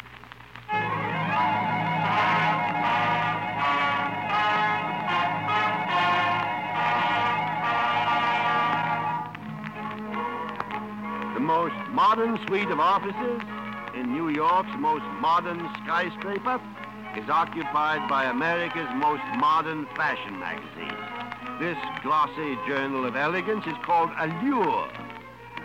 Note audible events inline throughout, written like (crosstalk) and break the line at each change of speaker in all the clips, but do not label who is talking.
The most modern suite of offices in New York's most modern skyscraper is occupied by America's most modern fashion magazine. This glossy journal of elegance is called Allure,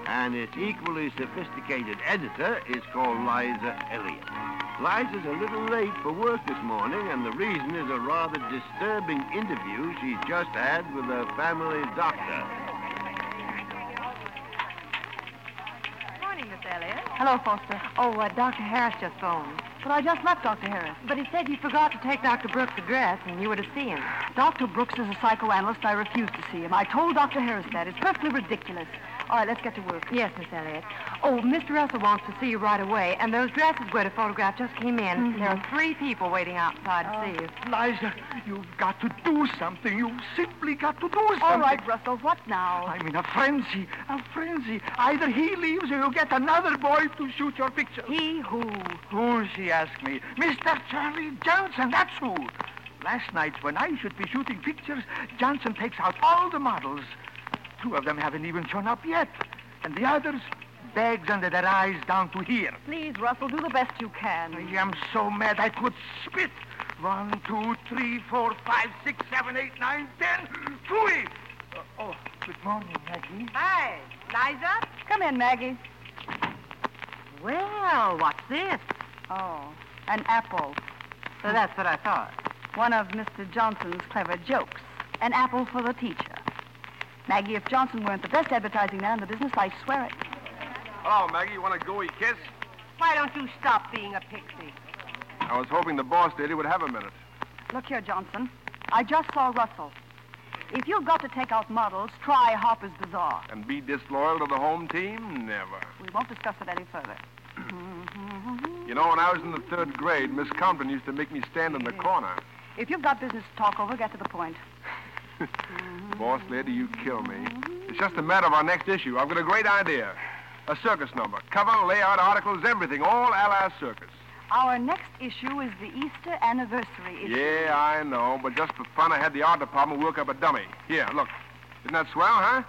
and its equally sophisticated editor is called Liza Elliott. Liza's a little late for work this morning, and the reason is a rather disturbing interview she just had with her family doctor.
Morning, Miss Elliott.
Hello, Foster. Oh, uh, Dr. Harris just phoned.
Well, I just left Dr. Harris, but he said you forgot to take Dr. Brooks' address and you were to see him. Dr. Brooks is a psychoanalyst. I refuse to see him. I told Dr. Harris that. It's perfectly ridiculous. All right, let's get to work. Yes, Miss Elliott. Oh, Mr. Russell wants to see you right away, and those dresses where to photograph just came in. There are three people waiting outside to see you.
Liza, you've got to do something. You've simply got to do something.
All right, Russell, what now?
I'm in a frenzy. A frenzy. Either he leaves or you get another boy to shoot your picture.
He who?
Who, she asked me. Mr. Charlie Johnson, that's who. Last night, when I should be shooting pictures, Johnson takes out all the models. Two of them haven't even shown up yet. And the others, bags under their eyes down to here.
Please, Russell, do the best you can.
I am so mad I could spit. One, two, three, four, five, six, seven, eight, nine, ten. Three. Uh, oh, good morning, Maggie.
Hi, Liza. Come in, Maggie. Well, what's this? Oh, an apple. So that's what I thought. One of Mr. Johnson's clever jokes. An apple for the teacher. Maggie, if Johnson weren't the best advertising man in the business, I swear it.
Hello, Maggie. You want a gooey kiss?
Why don't you stop being a pixie?
I was hoping the boss lady would have a minute.
Look here, Johnson. I just saw Russell. If you've got to take out models, try Harper's Bazaar.
And be disloyal to the home team? Never.
We won't discuss it any further.
You know, when I was in the third grade, Miss Compton used to make me stand in the corner.
If you've got business to talk over, get to the point.
Boss lady, you kill me. It's just a matter of our next issue. I've got a great idea. A circus number. Cover, layout, articles, everything. All a la circus.
Our next issue is the Easter anniversary issue.
Yeah, I know, but just for fun, I had the art department work up a dummy. Here, look. Isn't that swell, huh?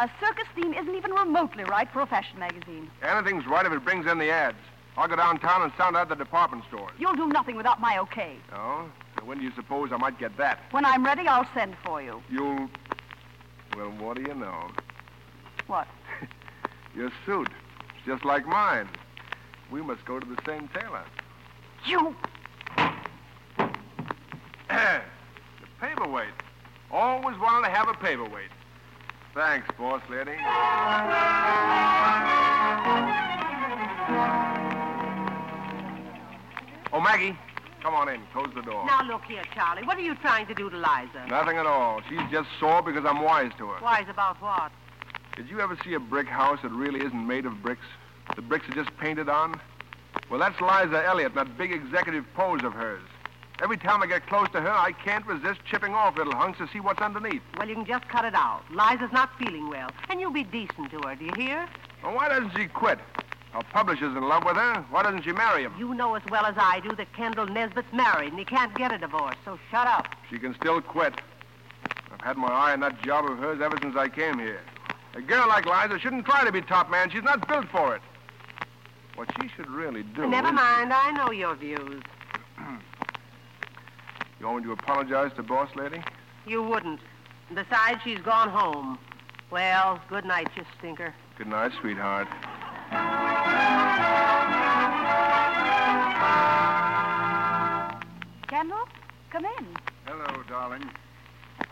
A circus theme isn't even remotely right for a fashion magazine.
Anything's right if it brings in the ads. I'll go downtown and sound out the department stores.
You'll do nothing without my okay.
Oh? When do you suppose I might get that?
When I'm ready, I'll send for you.
You'll. Well, what do you know?
What?
Your suit. It's just like mine. We must go to the same tailor. (clears throat)
You.
the paperweight. Always wanted to have a paperweight. Thanks, boss lady. Oh, Maggie, come on in. Close the door.
Now look here, Charlie. What are you trying to do to Liza?
Nothing at all. She's just sore because I'm wise to her.
Wise about what?
Did you ever see a brick house that really isn't made of bricks? The bricks are just painted on? Well, that's Liza Elliott, that big executive pose of hers. Every time I get close to her, I can't resist chipping off little hunks to see what's underneath.
Well, you can just cut it out. Liza's not feeling well, and you be decent to her. Do you hear?
Well, why doesn't she quit? Her publisher's in love with her. Why doesn't she marry him?
You know as well as I do that Kendall Nesbit's married and he can't get a divorce. So shut up.
She can still quit. I've had my eye on that job of hers ever since I came here. A girl like Liza shouldn't try to be top man. She's not built for it. What she should really do.
Never
is-
mind. I know your views.
You want me to apologize to boss lady?
You wouldn't. Besides, she's gone home. Well, good night, you stinker.
Good night, sweetheart.
Kendall, come in.
Hello, darling.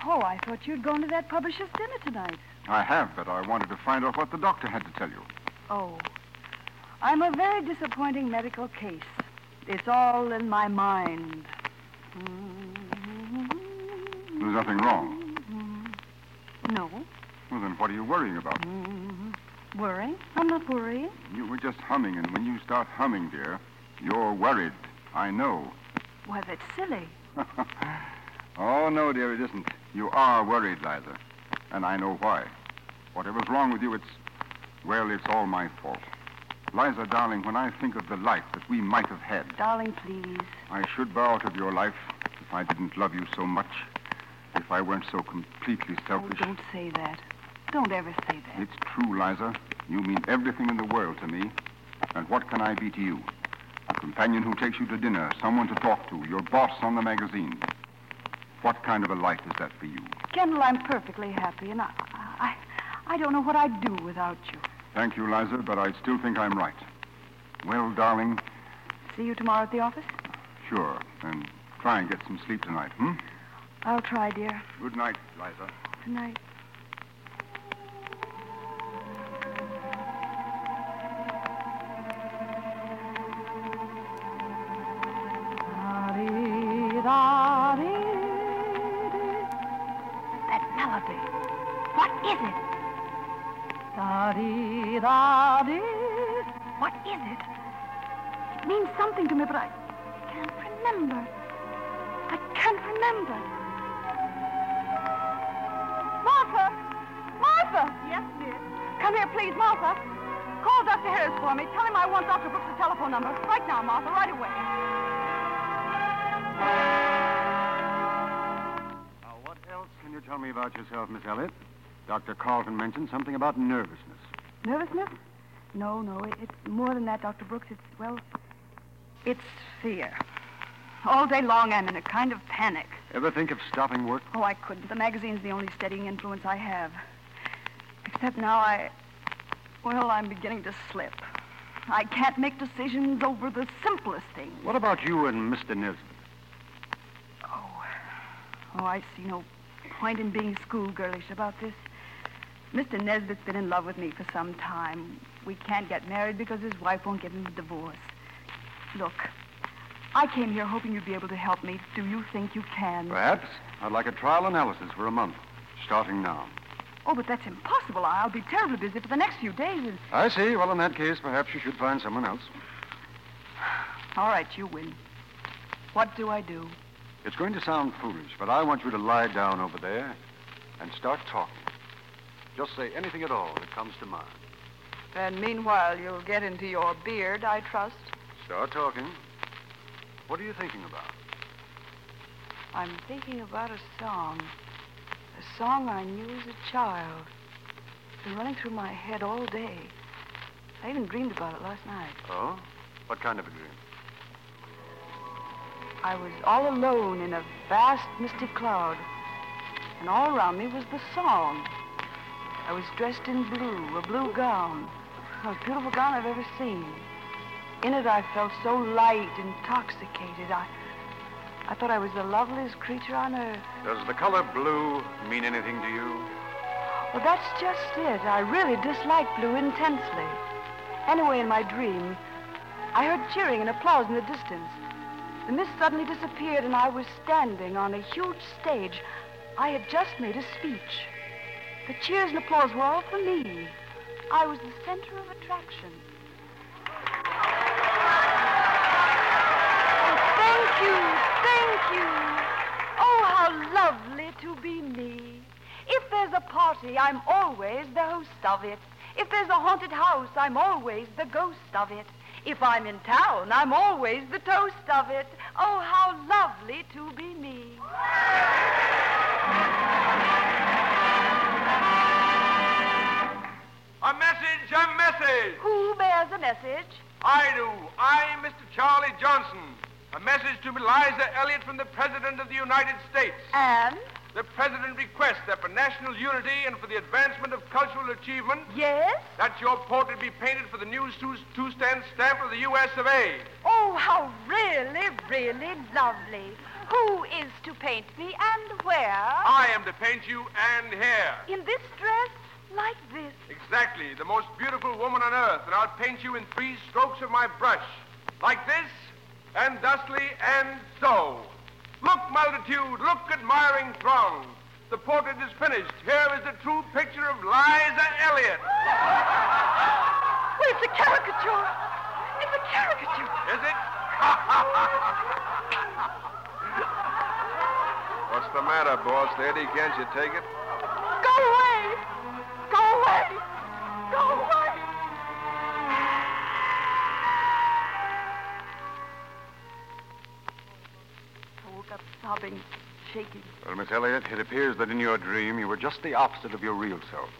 Oh, I thought you'd gone to that publisher's dinner tonight.
I have, but I wanted to find out what the doctor had to tell you.
Oh. I'm a very disappointing medical case. It's all in my mind.
There's nothing wrong.
No.
Well, then what are you worrying about? Mm-hmm.
Worrying? I'm not worrying.
You were just humming, and when you start humming, dear, you're worried. I know.
Why, that's silly.
oh, no, dear, it isn't. You are worried, Liza. And I know why. Whatever's wrong with you, it's. Well, it's all my fault. Liza, darling, when I think of the life that we might have had,
Darling, please.
I should bow out of your life if I didn't love you so much, if I weren't so completely
Oh,
selfish.
don't say that. Don't ever say that.
It's true, Liza. You mean everything in the world to me. And what can I be to you? A companion who takes you to dinner, someone to talk to, your boss on the magazine. What kind of a life is that for you?
Kendall, I'm perfectly happy, and I, I, I don't know what I'd do without you.
Thank you, Liza, but I still think I'm right. Well, darling,
See you tomorrow at the office?
sure. And try and get some sleep tonight, hmm?
I'll try, dear.
Good night, Liza.
Good night. exactly. What is it? Da-dee, da-dee. What is it? It means something to me, but I can't remember. I can't remember. Martha! Martha! Yes, miss? Come here, please, Martha. Call Dr. Harris for me. Tell him I want Dr. Brooks' telephone number. Right now, Martha, right away.
Now, what else can you tell me about yourself, Miss Elliot? Dr. Carlton mentioned something about nervousness.
Nervousness? No, no, it, it's more than that, Dr. Brooks. It's, well, it's fear. All day long, I'm in a kind of panic.
Ever think of stopping work?
Oh, I couldn't. The magazine's the only steadying influence I have. Except now I. Well, I'm beginning to slip. I can't make decisions over the simplest things.
What about you and Mr. Nelson?
Oh. Oh, I see no point in being schoolgirlish about this. Mr. Nesbit's been in love with me for some time. We can't get married because his wife won't give him a divorce. Look, I came here hoping you'd be able to help me. Do you think you can?
Perhaps. I'd like a trial analysis for a month, starting now.
Oh, but that's impossible. I'll be terribly busy for the next few days. and-
I see. Well, in that case, perhaps you should find someone else.
All right, you win. What do I do?
It's going to sound foolish, but I want you to lie down over there and start talking. Just say anything at all that comes to mind.
And meanwhile, you'll get into your beard, I trust.
Start talking. What are you thinking about?
I'm thinking about a song. A song I knew as a child. It's been running through my head all day. I even dreamed about it last night.
Oh? What kind of a dream?
I was all alone in a vast misty cloud, and all around me was the song. I was dressed in blue, a blue gown, the most beautiful gown I've ever seen. In it, I felt so light, intoxicated. I, I thought I was the loveliest creature on earth.
Does the color blue mean anything to you?
Well, that's just it. I really dislike blue intensely. Anyway, in my dream, I heard cheering and applause in the distance. The mist suddenly disappeared, and I was standing on a huge stage. I had just made a speech. The cheers and applause were all for me. I was the center of attraction. Oh, thank you, thank you. Oh, how lovely to be me. If there's a party, I'm always the host of it. If there's a haunted house, I'm always the ghost of it. If I'm in town, I'm always the toast of it. Oh, how lovely to be me.
A message, a message.
Who bears a message?
I do. I, Mr. Charlie Johnson. A message to Eliza Elliott from the President of the United States.
And?
The President requests that for national unity and for the advancement of cultural achievement,
Yes?
that your portrait be painted for the new two- two-stand stamp of the U.S. of A.
Oh, how really, really lovely. Who is to paint me and where?
I am to paint you and here.
In this dress? Like this?
Exactly, the most beautiful woman on earth, and I'll paint you in three strokes of my brush. Like this, and thusly, and so. Look, multitude, look, admiring throng. The portrait is finished. Here is the true picture of Liza Elliott.
Well, it's a caricature. It's a caricature.
Is
(laughs)
it?
What's the matter, boss lady? Can't you take it?
Go away. Go away. Go away. I woke up sobbing, shaking,
Well, Miss Elliot, it appears that in your dream you were just the opposite of your real self.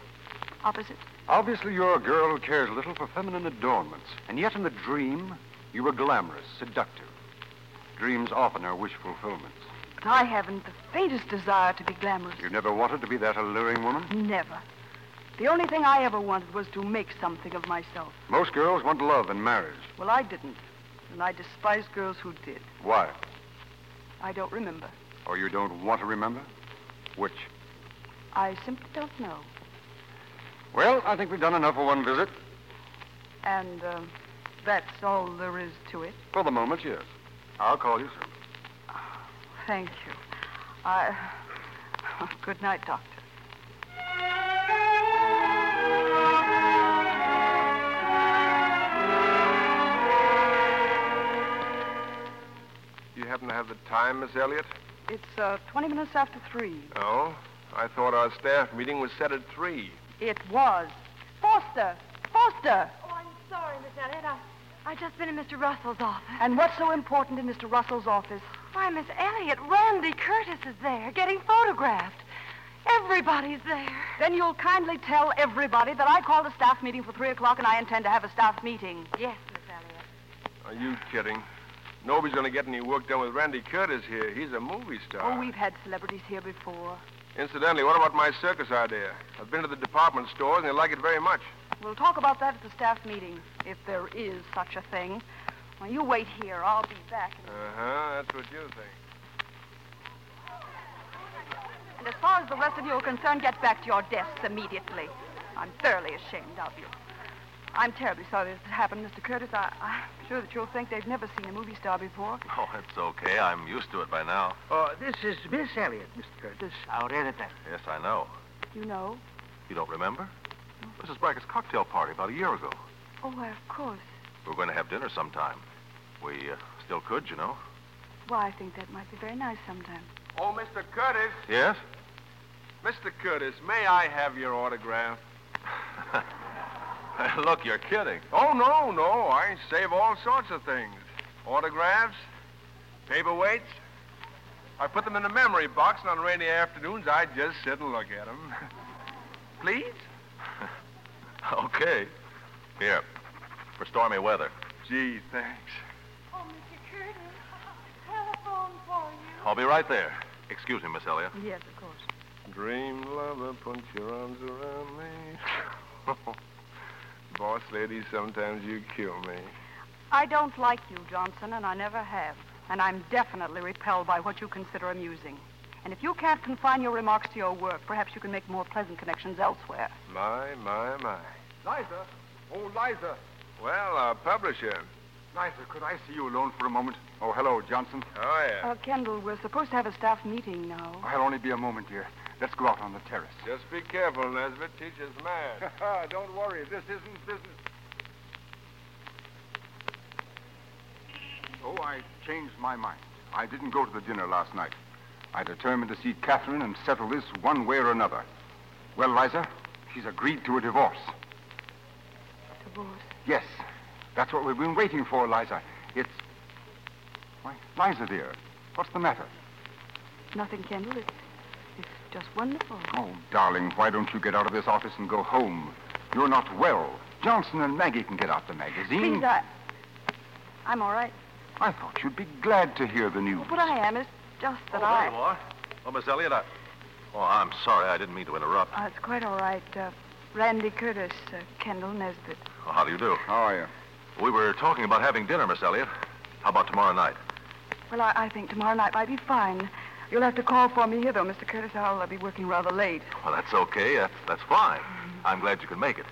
opposite.
Obviously, you're a girl who cares little for feminine adornments, and yet in the dream, you were glamorous, seductive. Dreams often are wish fulfillments.
But I haven't the faintest desire to be glamorous.
You never wanted to be that alluring woman?
Never. The only thing I ever wanted was to make something of myself.
Most girls want love and marriage.
Well, I didn't. And I despise girls who did.
Why?
I don't remember.
Or you don't want to remember? Which?
I simply don't know.
Well, I think we've done enough for one visit.
And um, that's all there is to it.
For the moment, yes. I'll call you soon.
(sighs) Thank you. I. Good night, Doctor.
happen to have the time, Miss Elliott?
It's uh, 20 minutes after three.
Oh, I thought our staff meeting was set at three.
It was. Foster! Foster!
Oh, I'm sorry, Miss Elliot. I, I've just been in Mr. Russell's office.
And what's so important in Mr. Russell's office?
Why, Miss Elliot, Randy Curtis is there getting photographed. Everybody's there.
Then you'll kindly tell everybody that I called a staff meeting for three o'clock and I intend to have a staff meeting.
Yes, Miss Elliot.
Are you kidding? Nobody's going to get any work done with Randy Curtis here. He's a movie star.
Oh, we've had celebrities here before.
Incidentally, what about my circus idea? I've been to the department stores and they like it very much.
We'll talk about that at the staff meeting, if there is such a thing. Well, you wait here. I'll be back.
Uh huh. That's what you think.
And as far as the rest of you are concerned, get back to your desks immediately. I'm thoroughly ashamed of you. I'm terribly sorry this has happened, Mr. Curtis. I, I'm sure that you'll think they've never seen a movie star before.
Oh, it's okay. I'm used to it by now.
Oh, this is Miss Elliot, Mr. Curtis, our editor.
Yes, I know.
You know?
You don't remember? Mrs. Brackett's cocktail party about a year ago.
Oh, why, of course.
We were going to have dinner sometime. We uh, still could, you know.
Well, I think that might be very nice sometime.
Oh, Mr. Curtis.
Yes?
Mr. Curtis, may I have your (laughs) autograph?
Look, you're kidding.
Oh, no, no. I save all sorts of things autographs, paperweights. I put them in a memory box, and on rainy afternoons, I just sit and look at them. (laughs) Please?
(laughs) Okay. Here, for stormy weather.
Gee, thanks.
Oh, Mr.
(laughs)
Curtis, telephone for you.
I'll be right there. Excuse me, Miss Elliot.
Oh,
Yes, of course.
Dream lover, put your arms around me. (laughs) Boss lady, sometimes you kill me.
I don't like you, Johnson, and I never have. And I'm definitely repelled by what you consider amusing. And if you can't confine your remarks to your work, perhaps you can make more pleasant connections elsewhere.
My, my, my.
Liza? Oh, Liza.
Well, our publisher.
Liza, could I see you alone for a moment? Oh, hello, Johnson.
Oh, yeah.
Uh, Kendall, we're supposed to have a staff meeting now.
I'll only be a moment, dear. Let's go out on the terrace.
Just be careful, Nesbit. Teacher's
(laughs)
mad.
Ah, Don't worry. This isn't business. Oh, I changed my mind. I didn't go to the dinner last night. I determined to see Catherine and settle this one way or another. Well, Liza, she's agreed to a divorce.
Divorce.
Yes, that's what we've been waiting for, Liza. It's. Why, Liza, dear, what's the matter?
Nothing, Kendall. It's, it's just wonderful.
Oh, darling, why don't you get out of this office and go home? You're not well. Johnson and Maggie can get out the magazine.
Please, uh I... I'm all right.
I thought you'd be glad to hear the news.
What I am is just that
oh,
I...
there you are. Oh, Miss Elliot, I... Oh, I'm sorry. I didn't mean to interrupt.
Uh, it's quite all right. Uh, Randy Curtis, uh, Kendall Nesbit.
Well, how do you do?
How are you?
We were talking about having dinner, Miss Elliot. How about tomorrow night?
Well, I, I think tomorrow night might be fine. You'll have to call for me here, though, Mr. Curtis. I'll uh, be working rather late.
Well, that's okay. That's, that's fine. I'm glad you could make it.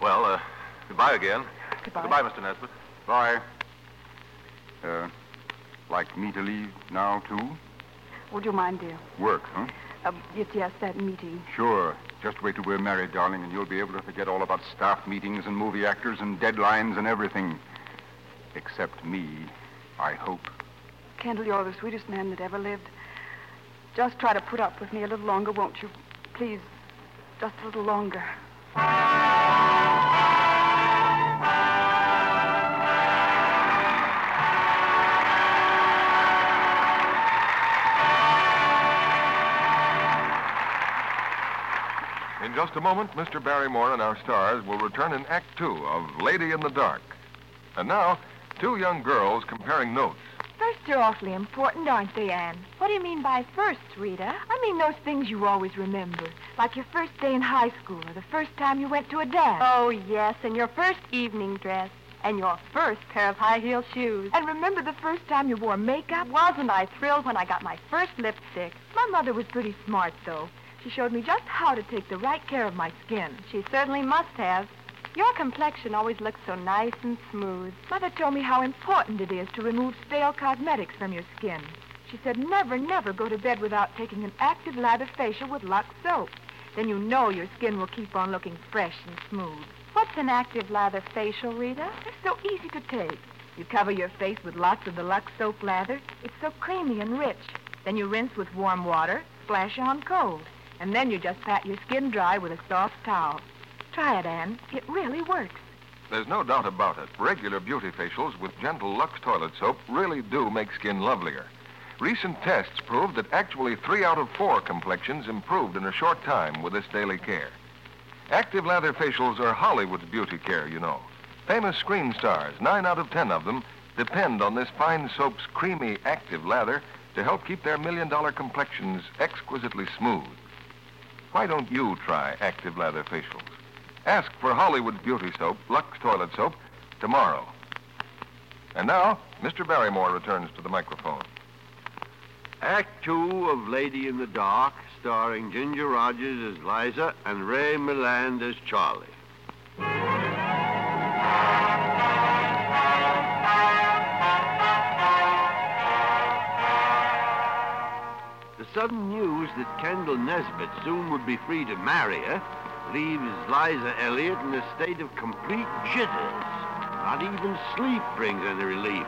Well, uh, goodbye again.
Goodbye.
Mr. Nesbitt.
Bye. Uh, like me to leave now, too?
Would you mind, dear?
Work, huh?
Uh, yes, yes, that meeting.
Sure. Just wait till we're married, darling, and you'll be able to forget all about staff meetings and movie actors and deadlines and everything. Except me, I hope.
Kendall, you're the sweetest man that ever lived. Just try to put up with me a little longer, won't you? Please, just a little longer.
In just a moment, Mr. Barrymore and our stars will return in Act Two of Lady in the Dark. And now, two young girls comparing notes.
First are awfully important, aren't they, Anne? What do you mean by first, Rita? I mean those things you always remember, like your first day in high school or the first time you went to a dance. Oh, yes, and your first evening dress. And your first pair of high-heeled shoes. And remember the first time you wore makeup? Wasn't I thrilled when I got my first lipstick? My mother was pretty smart, though. She showed me just how to take the right care of my skin. She certainly must have. Your complexion always looks so nice and smooth. Mother told me how important it is to remove stale cosmetics from your skin. She said never, never go to bed without taking an active lather facial with Lux soap. Then you know your skin will keep on looking fresh and smooth. What's an active lather facial, Rita? It's so easy to take. You cover your face with lots of the Lux soap lather. It's so creamy and rich. Then you rinse with warm water, splash on cold, and then you just pat your skin dry with a soft towel. Try it, Anne. It really works.
There's no doubt about it. Regular beauty facials with gentle Lux toilet soap really do make skin lovelier. Recent tests prove that actually three out of four complexions improved in a short time with this daily care. Active lather facials are Hollywood's beauty care, you know. Famous screen stars, nine out of ten of them, depend on this fine soap's creamy, active lather to help keep their million dollar complexions exquisitely smooth. Why don't you try active lather facials? Ask for Hollywood's beauty soap, Lux Toilet Soap, tomorrow. And now, Mr. Barrymore returns to the microphone.
Act two of Lady in the Dark, starring Ginger Rogers as Liza and Ray Milland as Charlie. The sudden news that Kendall Nesbit soon would be free to marry her leaves Liza Elliott in a state of complete jitters. Not even sleep brings any relief.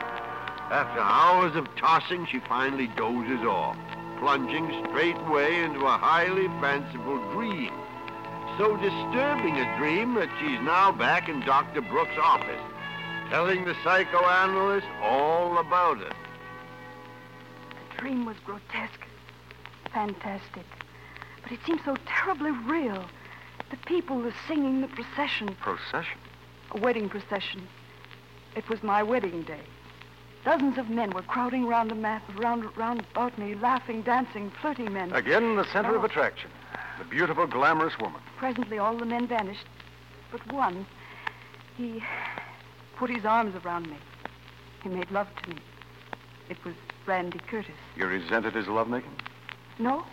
After hours of tossing, she finally dozes off, plunging straightway into a highly fanciful dream. So disturbing a dream that she's now back in Dr. Brooks' office, telling the psychoanalyst all about it.
The dream was grotesque, fantastic, but it seemed so terribly real. The people, the singing, the procession.
Procession?
A wedding procession. It was my wedding day. Dozens of men were crowding round the map, round, round about me, laughing, dancing, flirty men.
Again, the center of attraction. The beautiful, glamorous woman.
Presently, all the men vanished, but one. He put his arms around me. He made love to me. It was Randy Curtis.
You resented his lovemaking?
No,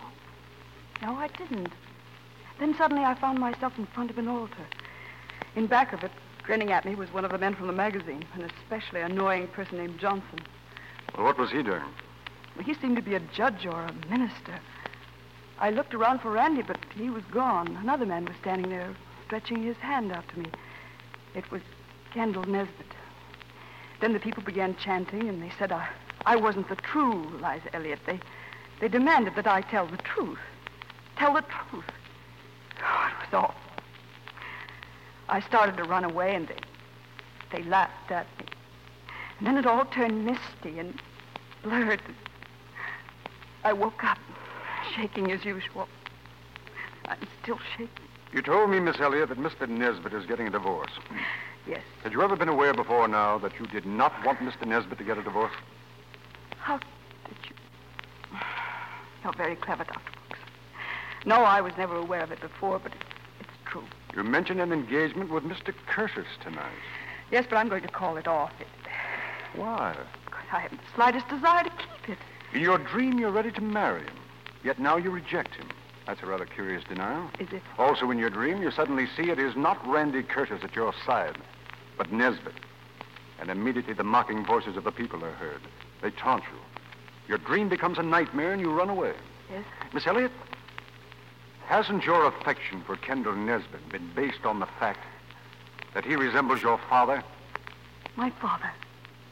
no, I didn't. Then suddenly I found myself in front of an altar. In back of it, grinning at me, was one of the men from the magazine, an especially annoying person named Johnson.
Well, what was he doing?
He seemed to be a judge or a minister. I looked around for Randy, but he was gone. Another man was standing there, stretching his hand out to me. It was Kendall Nesbit. Then the people began chanting, and they said I, I wasn't the true Liza Elliott. They, they demanded that I tell the truth. Tell the truth. Oh, it was awful. I started to run away, and they, they laughed at me. And then it all turned misty and blurred. I woke up, shaking as usual. I'm still shaking.
You told me, Miss Elliott, that Mr. Nesbit is getting a divorce.
Yes.
Had you ever been aware before now that you did not want Mr. Nesbit to get a divorce?
How did you? You're very clever, Dr. Brooks. No, I was never aware of it before, but it's true.
You mentioned an engagement with Mr. Curtis tonight.
Yes, but I'm going to call it off. It,
Why?
I haven't the slightest desire to keep it.
In your dream, you're ready to marry him, yet now you reject him. That's a rather curious denial.
Is it?
Also, in your dream, you suddenly see it is not Randy Curtis at your side, but Nesbit. And immediately the mocking voices of the people are heard. They taunt you. Your dream becomes a nightmare and you run away.
Yes.
Miss Elliot, hasn't your affection for Kendall Nesbit been based on the fact that he resembles your father?
My father.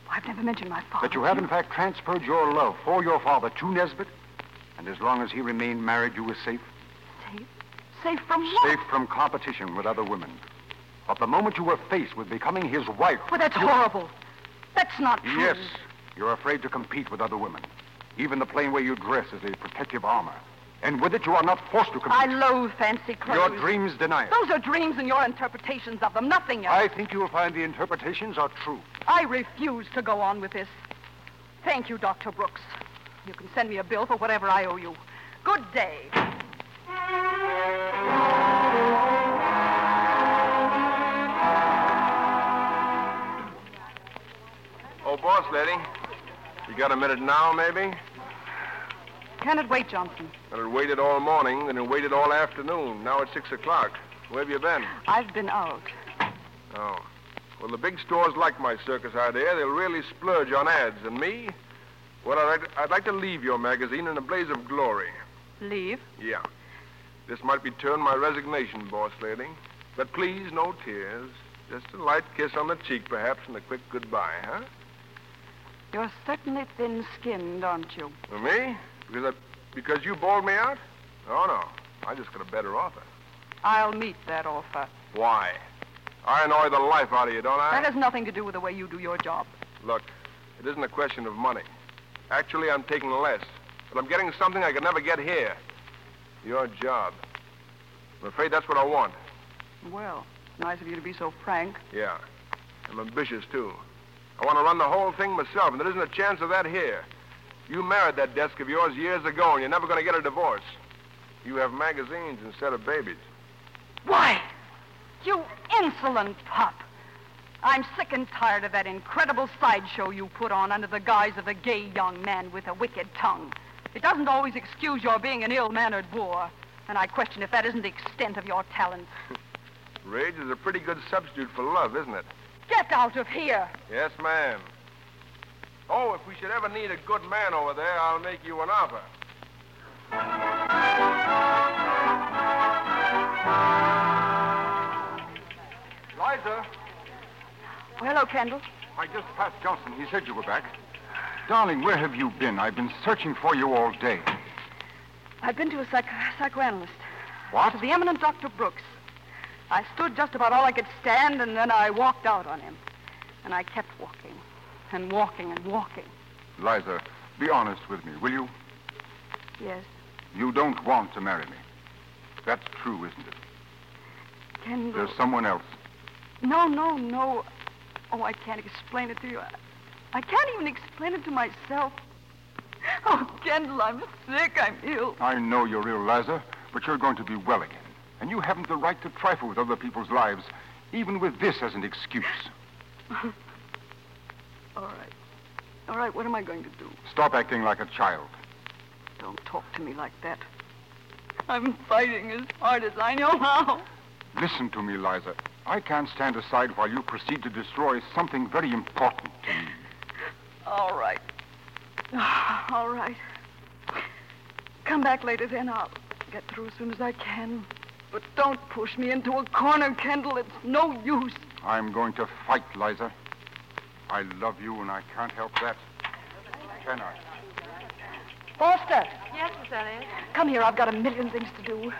I've never mentioned my father.
That you have, in fact, transferred your love for your father to Nesbit? And as long as he remained married, you were safe?
Safe. Safe from what?
Safe from competition with other women. But the moment you were faced with becoming his wife.
Well, that's
you-
horrible. That's not true.
Yes, you're afraid to compete with other women. Even the plain way you dress is a protective armor. And with it, you are not forced to
I
compete.
loathe fancy clothes.
Your dreams deny it.
Those are dreams and your interpretations of them, nothing else.
I think you'll find the interpretations are true.
I refuse to go on with this. Thank you, Dr. Brooks. You can send me a bill for whatever I owe you. Good day.
Oh, boss lady. You got a minute now, maybe?
Can it wait, Johnson?
Well, it waited all morning, then it waited all afternoon. Now it's 6 o'clock. Where have you been?
I've been out.
Oh. Well, the big stores like my circus idea. They'll really splurge on ads. And me? Well, I'd, I'd like to leave your magazine in a blaze of glory.
Leave?
Yeah. This might be turned my resignation, boss lady. But please, no tears. Just a light kiss on the cheek, perhaps, and a quick goodbye, huh?
You're certainly thin-skinned, aren't you?
For me? Because I, because you bowled me out? Oh, no. I just got a better offer.
I'll meet that offer.
Why? I annoy the life out of you, don't I?
That has nothing to do with the way you do your job.
Look, it isn't a question of money. Actually, I'm taking less, but I'm getting something I could never get here. Your job. I'm afraid that's what I want.
Well, nice of you to be so frank.
Yeah. I'm ambitious, too. I want to run the whole thing myself, and there isn't a chance of that here. You married that desk of yours years ago, and you're never going to get a divorce. You have magazines instead of babies.
Why? You insolent pup. I'm sick and tired of that incredible sideshow you put on under the guise of a gay young man with a wicked tongue. It doesn't always excuse your being an ill-mannered boor, and I question if that isn't the extent of your talents.
Rage is a pretty good substitute for love, isn't it?
Get out of here.
Yes, ma'am. Oh, if we should ever need a good man over there, I'll make you an offer.
Liza,
Well, hello, Kendall.
I just passed Johnson. He said you were back. Darling, where have you been? I've been searching for you all day.
I've been to a psych- psychoanalyst.
What?
To the eminent Dr. Brooks. I stood just about all I could stand, and then I walked out on him. And I kept walking, and walking, and walking.
Liza, be honest with me, will you?
Yes.
You don't want to marry me. That's true, isn't it?
Kendall.
There's someone else.
No, no, no. Oh, I can't explain it to you. I, I can't even explain it to myself. Oh, Kendall, I'm sick. I'm ill. (laughs)
I know you're ill, Liza, but you're going to be well again. And you haven't the right to trifle with other people's lives, even with this as an excuse.
All right. All right, what am I going to do?
Stop acting like a child.
Don't talk to me like that. I'm fighting as hard as I know how. (sighs)
Listen to me, Liza. I can't stand aside while you proceed to destroy something very important to me.
All right. All right. Come back later, then. I'll get through as soon as I can. But don't push me into a corner, Kendall. It's no use.
I'm going to fight, Liza. I love you, and I can't help that. Can I?
Foster,
Yes, Miss Elliot.
come here. I've got a million things to do.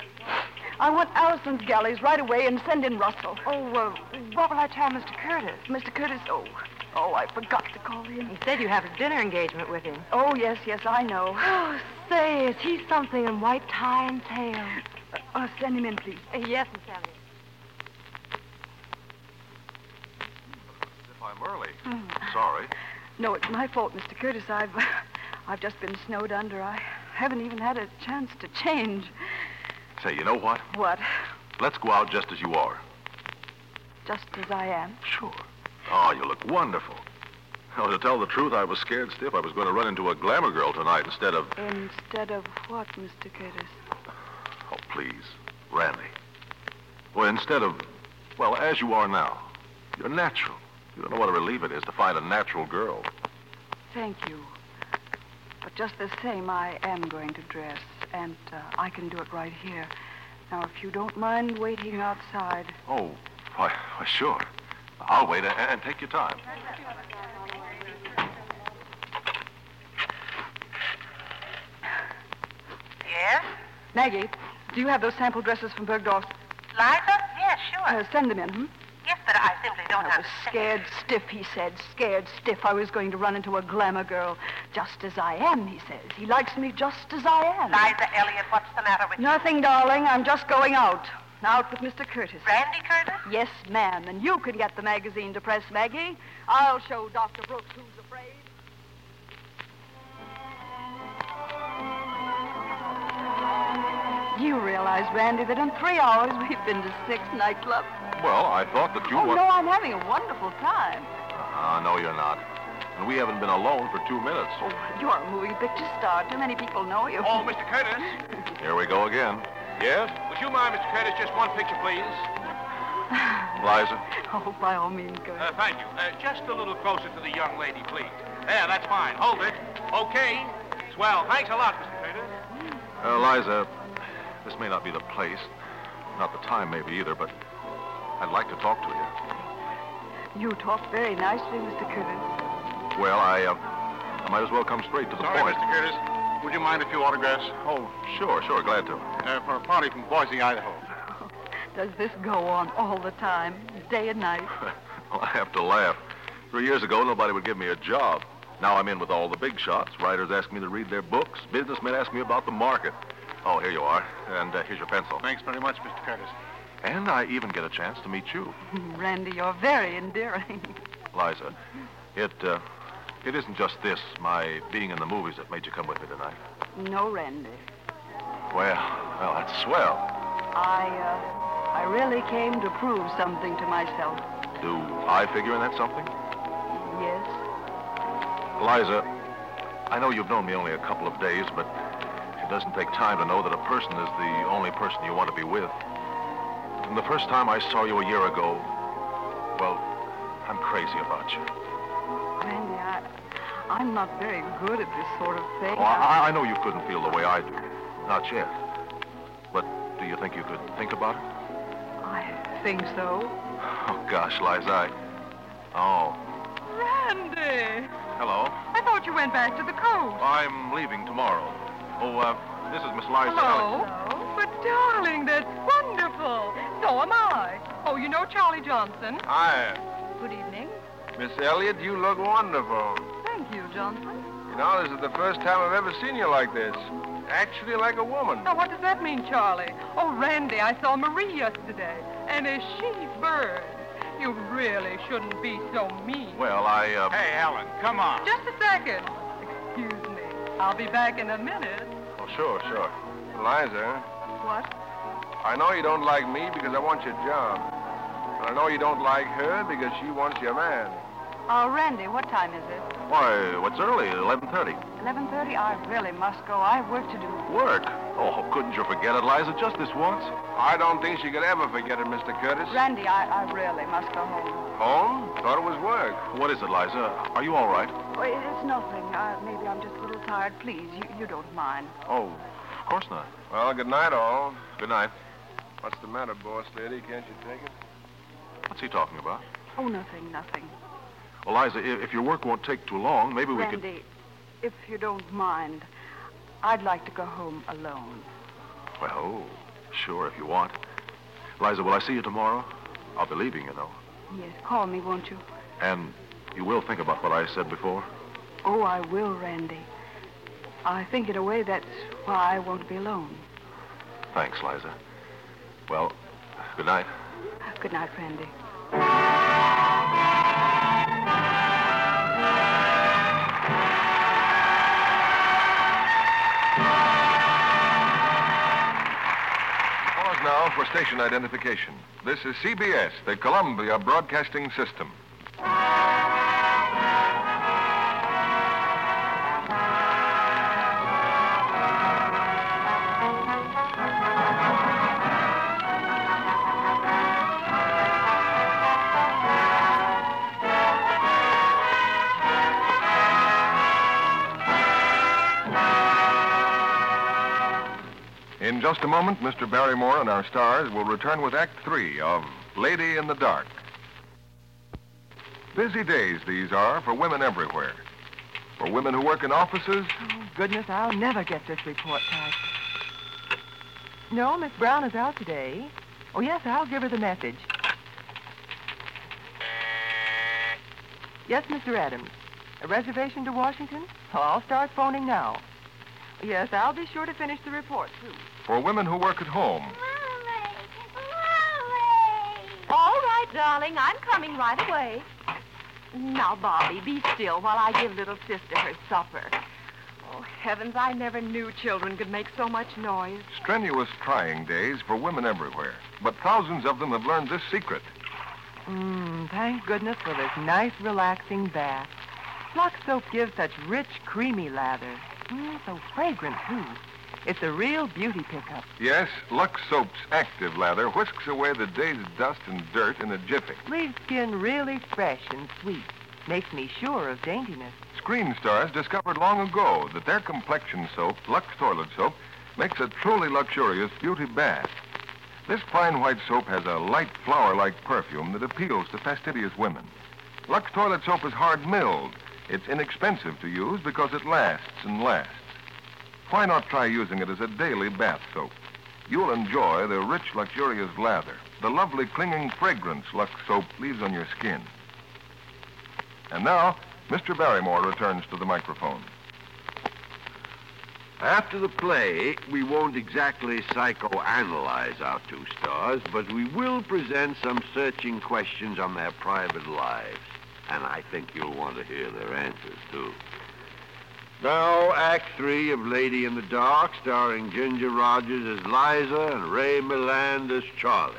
I want Allison's galleys right away and send in Russell. Oh, uh, what will I tell Mr. Curtis? Mr. Curtis, oh, oh, I forgot to call him.
He said you have a dinner engagement with him.
Oh, yes, yes, I know.
Oh, say, is he something in white tie and tail?
Uh, send him in, please.
yes, Miss Elliot.
If I'm early.
Hmm.
Sorry.
No, it's my fault, Mr. Curtis. I've, (laughs) I've just been snowed under. I haven't even had a chance to change.
Say, you know what?
What?
Let's go out just as you are.
Just as I am.
Sure. Oh, you look wonderful. Oh, to tell the truth, I was scared stiff. I was going to run into a glamour girl tonight instead of.
Instead of what, Mr. Curtis?
Oh, please, Randy. Well, instead of. Well, as you are now. You're natural. You don't know what a relief it is to find a natural girl.
Thank you. But just the same, I am going to dress, and uh, I can do it right here. Now, if you don't mind waiting outside.
Oh, why, why sure. I'll wait a- and take your time.
Yes?
Maggie, do you have those sample dresses from Bergdorf's?
Liza? Yes, sure.
Uh, send them in, hmm?
Yes, but I simply don't
I was
understand.
scared stiff, he said. Scared stiff. I was going to run into a glamour girl. Just as I am, he says. He likes me just as I am.
Liza Elliott, what's the matter with
Nothing, darling. I'm just going out. Out with Mr. Curtis.
Randy Curtis?
Yes, ma'am. And you can get the magazine to press, Maggie. I'll show Dr. Brooks who's afraid. You realize, Randy, that in three hours we've been to six nightclubs.
Well, I thought that you
oh,
were.
no, I'm having a wonderful time.
Ah, no, you're not. And we haven't been alone for two minutes.
Oh.
You're a moving picture star. Too many people know you.
Oh, Mr. Curtis.
Here we go again. Yes?
Would you mind, Mr. Curtis, just one picture, please?
Liza?
(laughs) Oh, by all means, go
Uh, thank you. Uh, just a little closer to the young lady, please. There, that's fine. Hold it. Okay. Swell. Thanks a lot, Mr. Curtis.
Uh, Liza, this may not be the place, not the time maybe either, but I'd like to talk to you.
You talk very nicely, Mr. Curtis.
Well, I, uh, I might as well come straight to the
Sorry,
point.
Mr. Curtis. Would you mind a few autographs?
Oh, sure, sure, glad to.
Uh, for a party from Boise, Idaho.
Does this go on all the time, day and night? (laughs)
Well, I have to laugh. Three years ago, nobody would give me a job. Now I'm in with all the big shots. Writers ask me to read their books. Businessmen ask me about the market. Oh, here you are. And uh, here's your pencil.
Thanks very much, Mr. Curtis.
And I even get a chance to meet you,
Randy, you're very endearing. (laughs)
Liza. It, uh, it isn't just this, my being in the movies, that made you come with me tonight.
No, Randy.
Well, well, that's swell.
I, uh, I really came to prove something to myself.
Do I figure in that something?
Yes?
Liza, I know you've known me only a couple of days, but it doesn't take time to know that a person is the only person you want to be with. From the first time I saw you a year ago, well, I'm crazy about you.
Randy, I, I'm not very good at this sort of thing.
Oh, I, I know you couldn't feel the way I do. Not yet. But do you think you could think about it?
I think so.
Oh, gosh, Liza, I... Oh,
Randy!
hello.
I thought you went back to the coast.
I'm leaving tomorrow. Oh, uh, this is Miss Liza.
But darling, that's wonderful. So am I. Oh, you know Charlie Johnson.
Hi,
Good evening.
Miss Elliot. You look wonderful.
Thank you, Johnson.
You know, this is the first time I've ever seen you like this. Actually, like a woman.
Now, what does that mean, Charlie? Oh, Randy, I saw Marie yesterday. And is she bird? You really shouldn't be so mean.
Well, I, uh...
Hey, Helen, come on.
Just a second. Excuse me. I'll be back in a minute.
Oh, sure, sure.
Liza,
What?
I know you don't like me because I want your job. And I know you don't like her because she wants your man.
Uh, Randy, what time is it?
Why, what's early? 11.30.
11.30? I really must go. I have work to do.
Work? Oh, couldn't you forget it, Liza, just this once?
I don't think she could ever forget it, Mr. Curtis.
Randy, I, I really must go home.
Home? Thought it was work.
What is it, Liza? Are you all right?
Oh, it- it's nothing. Uh, maybe I'm just a little tired. Please, you, you don't mind.
Oh, of course not.
Well, good night, all.
Good night.
What's the matter, boss lady? Can't you take it?
What's he talking about?
Oh, nothing, nothing.
Well, Liza, i- if your work won't take too long, maybe we could...
Randy, if you don't mind, I'd like to go home alone.
Well, sure, if you want. Liza, will I see you tomorrow? I'll be leaving, you know.
Yes, call me, won't you?
And you will think about what I said before?
Oh, I will, Randy. I think in a way that's why I won't be alone.
Thanks, Liza. Well, good night.
Good night, Randy.
Pause now for station identification. This is CBS, the Columbia Broadcasting System. In just a moment, Mr. Barrymore and our stars will return with Act Three of Lady in the Dark. Busy days these are for women everywhere. For women who work in offices,
Goodness, I'll never get this report typed. No, Miss Brown is out today. Oh, yes, I'll give her the message. Yes, Mr. Adams. A reservation to Washington? Oh, I'll start phoning now. Yes, I'll be sure to finish the report, too.
for women who work at home,
All right, darling. I'm coming right away. Now, Bobby, be still while I give little sister her supper. Oh, heavens, I never knew children could make so much noise.
strenuous trying days for women everywhere. But thousands of them have learned this secret.
Mmm, thank goodness for this nice, relaxing bath. Lux soap gives such rich, creamy lather. Mm, so fragrant, too. It's a real beauty pickup.
Yes, Lux Soap's active lather whisks away the day's dust and dirt in a jiffy.
Leaves skin really fresh and sweet. Makes me sure of daintiness.
Screen stars discovered long ago that their complexion soap, Lux Toilet Soap, makes a truly luxurious beauty bath. This fine white soap has a light flower like perfume that appeals to fastidious women. Lux Toilet Soap is hard milled, It's inexpensive to use because it lasts and lasts. Why not try using it as a daily bath soap? You'll enjoy the rich, luxurious lather, the lovely clinging fragrance Lux soap leaves on your skin. And now, Mr. Barrymore returns to the microphone.
After the play, we won't exactly psychoanalyze our two stars, but we will present some searching questions on their private lives. And I think you'll want to hear their answers, too. Now, Act Three of Lady in the Dark, starring Ginger Rogers as Liza and Ray Milland as Charlie.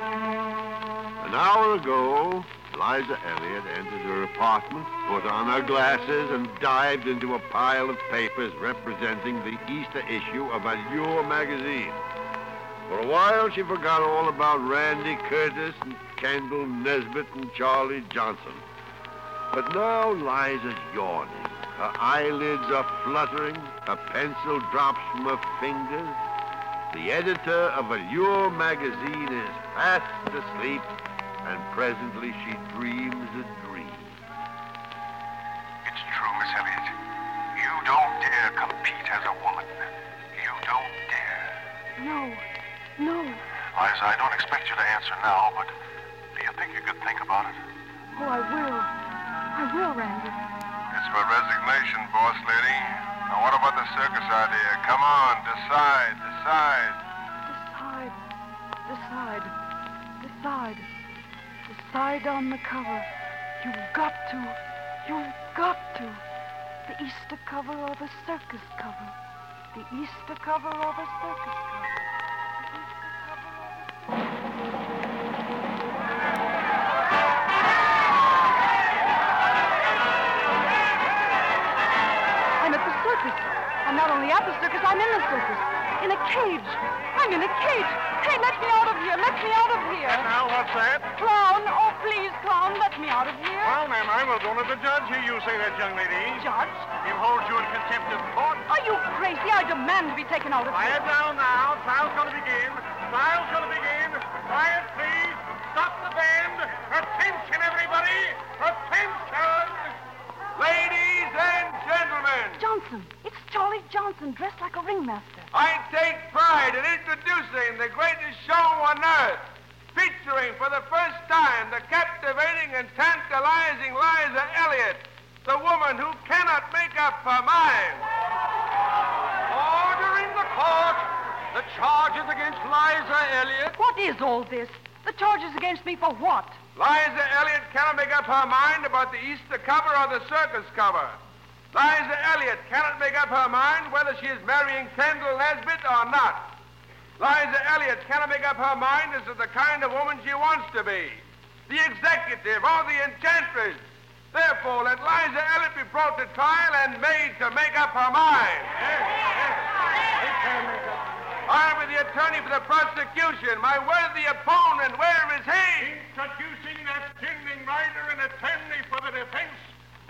An hour ago, Liza Elliott entered her apartment, put on her glasses, and dived into a pile of papers representing the Easter issue of Allure magazine. For a while, she forgot all about Randy Curtis and Kendall Nesbitt and Charlie Johnson. But now Liza's yawning. Her eyelids are fluttering. Her pencil drops from her fingers. The editor of Allure magazine is fast asleep, and presently she dreams a dream.
It's true, Miss Elliot. You don't dare compete as a woman. You don't dare.
No. No.
Liza, I don't expect you to answer now, but do you think you could think about it?
Oh, I will. I will, Randy.
It's for resignation, boss lady. Now, what about the circus idea? Come on, decide, decide.
Decide. Decide. Decide. Decide on the cover. You've got to. You've got to. The Easter cover or the circus cover. The Easter cover or the circus cover.
I'm at the circus. I'm not only at the circus, I'm in the circus. In a cage. I'm in a cage. Hey, let me out of here. Let me out of here.
Now, what's that?
Clown. Oh, please, clown, let me out of here.
Well, ma'am, I will go to the judge. Here you say that, young lady.
Judge?
He'll hold you in contempt of court.
Are you crazy? I demand to be taken out of here.
Quiet down now. Trial's going to begin. Trial's going to begin. Quiet, please. Stop the band. Attention, everybody. Attention. Ladies and gentlemen,
Johnson. It's Charlie Johnson, dressed like a ringmaster.
I take pride in introducing the greatest show on earth, featuring for the first time the captivating and tantalizing Liza Elliott, the woman who cannot make up her mind. Order in the court. The charges against Liza Elliott.
What is all this? The charges against me for what?
Liza Elliott cannot make up her mind about the Easter cover or the circus cover. Liza Elliott cannot make up her mind whether she is marrying Kendall Nesbitt or not. Liza Elliott cannot make up her mind as to the kind of woman she wants to be. The executive or the enchantress. Therefore, let Liza Elliott be brought to trial and made to make up her mind. I'm with the attorney for the prosecution. My worthy opponent, where is he?
Introducing that standing rider and attorney for the defense,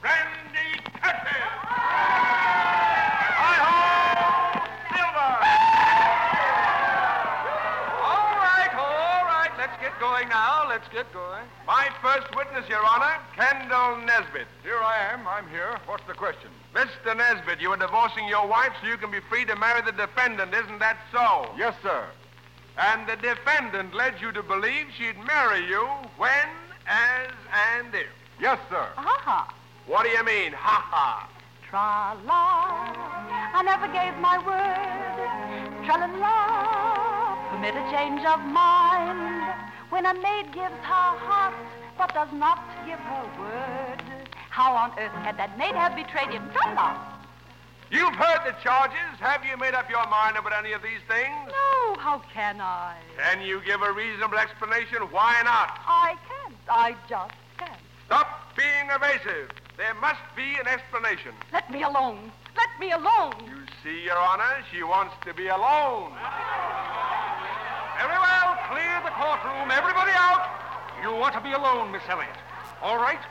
Randy Curtis.
Silver! All right, all right. Let's get going now. Let's get going. My first witness, Your Honor, Kendall Nesbitt. Here I am. I'm here. What's the question? Mr. Nesbitt, you are divorcing your wife so you can be free to marry the defendant. Isn't that so? Yes, sir. And the defendant led you to believe she'd marry you when, as, and if. Yes, sir.
Ha
What do you mean, ha ha?
Tra la. I never gave my word. Tra la la. Permit a change of mind. When a maid gives her heart, but does not give her word. How on earth can that maid have betrayed him? Tra la.
You've heard the charges. Have you made up your mind about any of these things?
No, how can I?
Can you give a reasonable explanation? Why not?
I can't. I just can't.
Stop being evasive. There must be an explanation.
Let me alone. Let me alone.
You see, Your Honor, she wants to be alone. Very well, clear the courtroom. Everybody out.
You want to be alone, Miss Elliot. All right?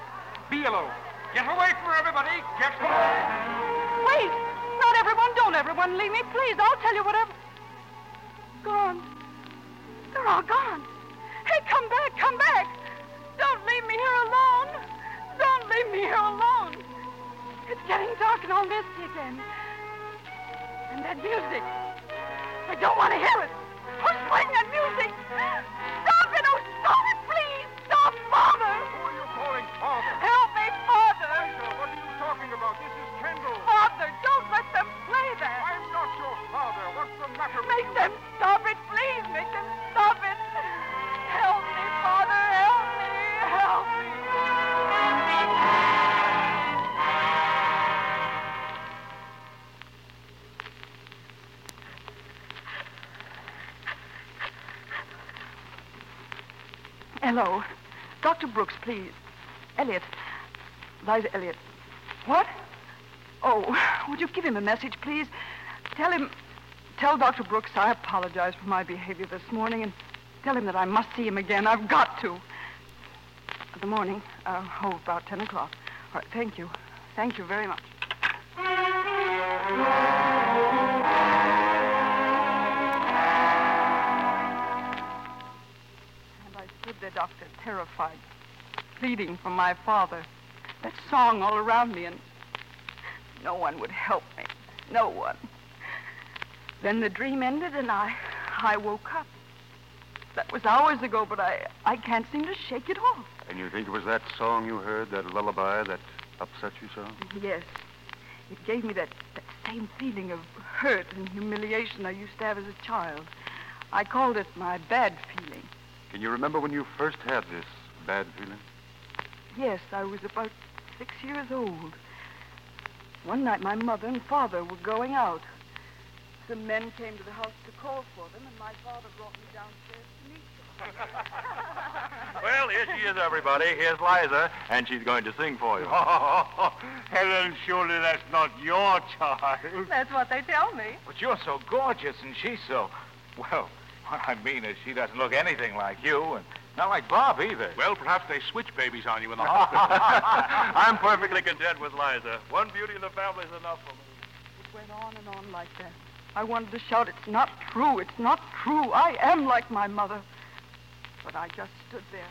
Be alone. Get away from everybody. Get away.
Wait! Not everyone. Don't everyone leave me, please. I'll tell you whatever. Gone.
They're all gone. Hey, come back, come back. Don't leave me here alone. Don't leave me here alone. It's getting dark and all misty again. And that music. I don't want to hear it. Who's playing that music? Stop it. Oh, stop it, please. Stop, Father.
Who are you calling father?
Help me, Father.
Liza, what are you talking about? This is Kendall.
Father, don't let them play that.
I'm not your father. What's the matter with
Make
you?
them stop it, please. Make them stop it. Help me, Father. Help me. Help me. Hello. Dr. Brooks, please. Elliot. Liza Elliot. What? Oh, (laughs) would you give him a message, please? Tell him. Tell Dr. Brooks I apologize for my behavior this morning and tell him that I must see him again. I've got to. The morning. Uh, oh, about 10 o'clock. All right, thank you. Thank you very much. And I stood there, Doctor, terrified, pleading for my father. That song all around me, and no one would help me. No one. Then the dream ended, and I, I woke up. That was hours ago, but I, I can't seem to shake it off.
And you think it was that song you heard, that lullaby, that upset you so?
Yes, it gave me that, that same feeling of hurt and humiliation I used to have as a child. I called it my bad feeling.
Can you remember when you first had this bad feeling?
Yes, I was about six years old. One night, my mother and father were going out. Some men came to the house to call for them, and my father brought me downstairs to meet (laughs) them.
Well, here she is, everybody. Here's Liza, and she's going to sing for you.
(laughs)
Oh, Helen, surely that's not your child.
That's what they tell me.
But you're so gorgeous, and she's so. Well, what I mean is, she doesn't look anything like you, and not like Bob either.
Well, perhaps they switch babies on you in the
(laughs)
hospital.
I'm perfectly content with Liza. One beauty in the family's enough for me.
It went on and on like that. I wanted to shout, It's not true, it's not true. I am like my mother. But I just stood there.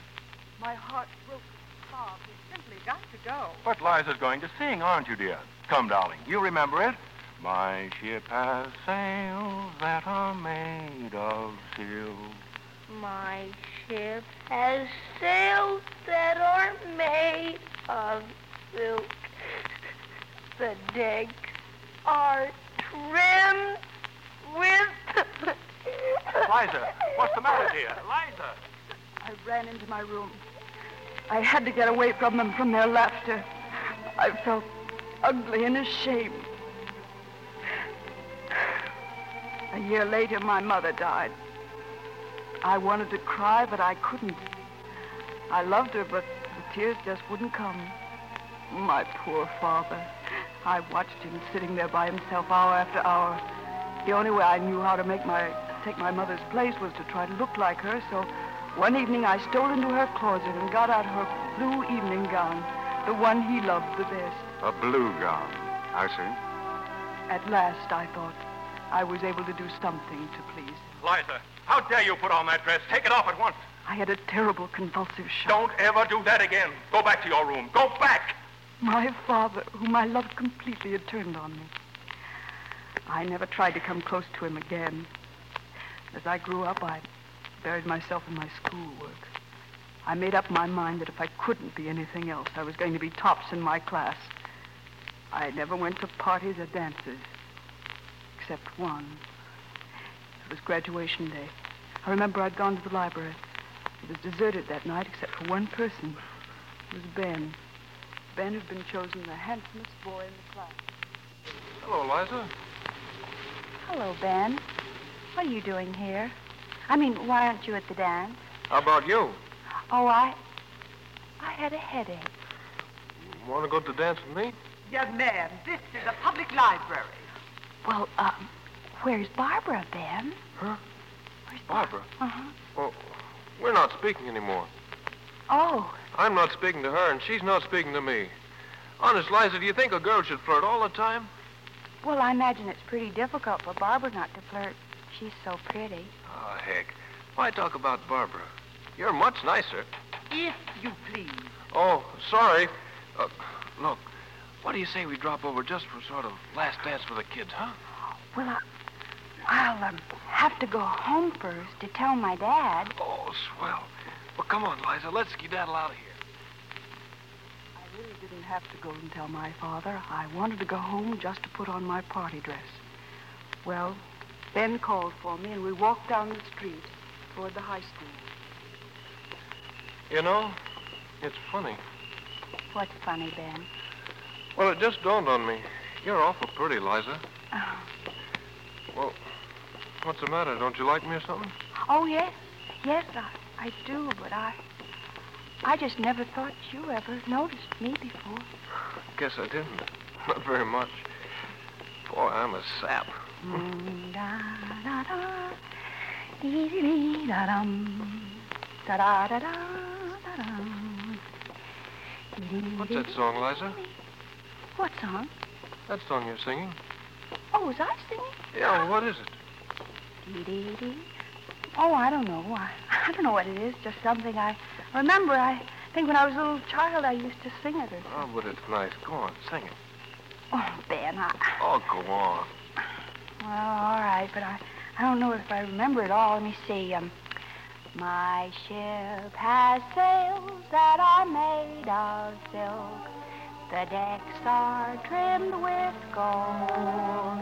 My heart broke with sobs. It simply got to go.
But Liza's going to sing, aren't you, dear? Come, darling. You remember it. My ship has sails that are made of silk.
My ship has sails that are made of silk. The decks are trimmed with.
Liza, what's the matter, dear? Liza!
I ran into my room. I had to get away from them, from their laughter. I felt ugly and ashamed. A year later, my mother died. I wanted to cry, but I couldn't. I loved her, but the tears just wouldn't come. My poor father. I watched him sitting there by himself hour after hour. The only way I knew how to make my take my mother's place was to try to look like her, so one evening I stole into her closet and got out her blue evening gown, the one he loved the best.
A blue gown. I see.
At last, I thought, I was able to do something to please.
Liza, how dare you put on that dress? Take it off at once.
I had a terrible convulsive shock.
Don't ever do that again. Go back to your room. Go back.
My father, whom I loved completely, had turned on me. I never tried to come close to him again. As I grew up, I buried myself in my schoolwork. I made up my mind that if I couldn't be anything else, I was going to be tops in my class. I never went to parties or dances, except one. It was graduation day. I remember I'd gone to the library. It was deserted that night except for one person. It was Ben. Ben had been chosen the handsomest boy in the class.
Hello, Liza.
Hello, Ben. What are you doing here? I mean, why aren't you at the dance?
How about you?
Oh, I. I had a headache.
Want to go to dance with me?
Young man, this is a public library. Well, um, where's Barbara, Ben?
Huh? Barbara?
Uh-huh.
Oh,
Well, we're not speaking anymore.
Oh,
I'm not speaking to her, and she's not speaking to me. Honest, Liza, do you think a girl should flirt all the time?
well,
Ah,
I imagine it's pretty difficult for Barbara not to flirt. She's so pretty.
Oh, heck.
Why talk about Barbara? You're much nicer.
If you please.
Oh, sorry. Uh, look, what do you say we drop over just for sort of last dance for the kids, huh?
Well, I, I'll um, have to go home first to tell my dad.
Oh, swell. Well, come on, Liza. Let's skedaddle out of here.
I really didn't have to go and tell my father. I wanted to go home just to put on my party dress. Well, Ben called for me, and we walked down the street toward the high school.
You know, it's funny.
What's funny, Ben?
Well, it just dawned on me. You're awful pretty, Liza.
Oh.
Well, what's the matter? Don't you like me or something?
Oh, yes. Yes, I, I do, but I. I just never thought you ever noticed me before.
Guess I didn't. (laughs) Not very much. Boy, I'm a sap.
Da-da-da, dee-dee-dee-da-dum, da-da-da-da-da-dum.
What's
Mm-hmm.
that song, Liza?
What song?
That song you're singing?
Oh, was I singing?
Yeah, well, what is it?
Dee-dee-dee. Oh, I don't know. I, (laughs) I don't know what it is. Just something I remember. I think when I was a little child, I used to sing it. Or,
Oh, but it's nice. Go on, sing it.
oh, Ben, I,
Oh, go on.
Well, all right, but I, I don't know if I remember it all. Let me see. Um, my ship has sails that are made of silk. The decks are trimmed with gold,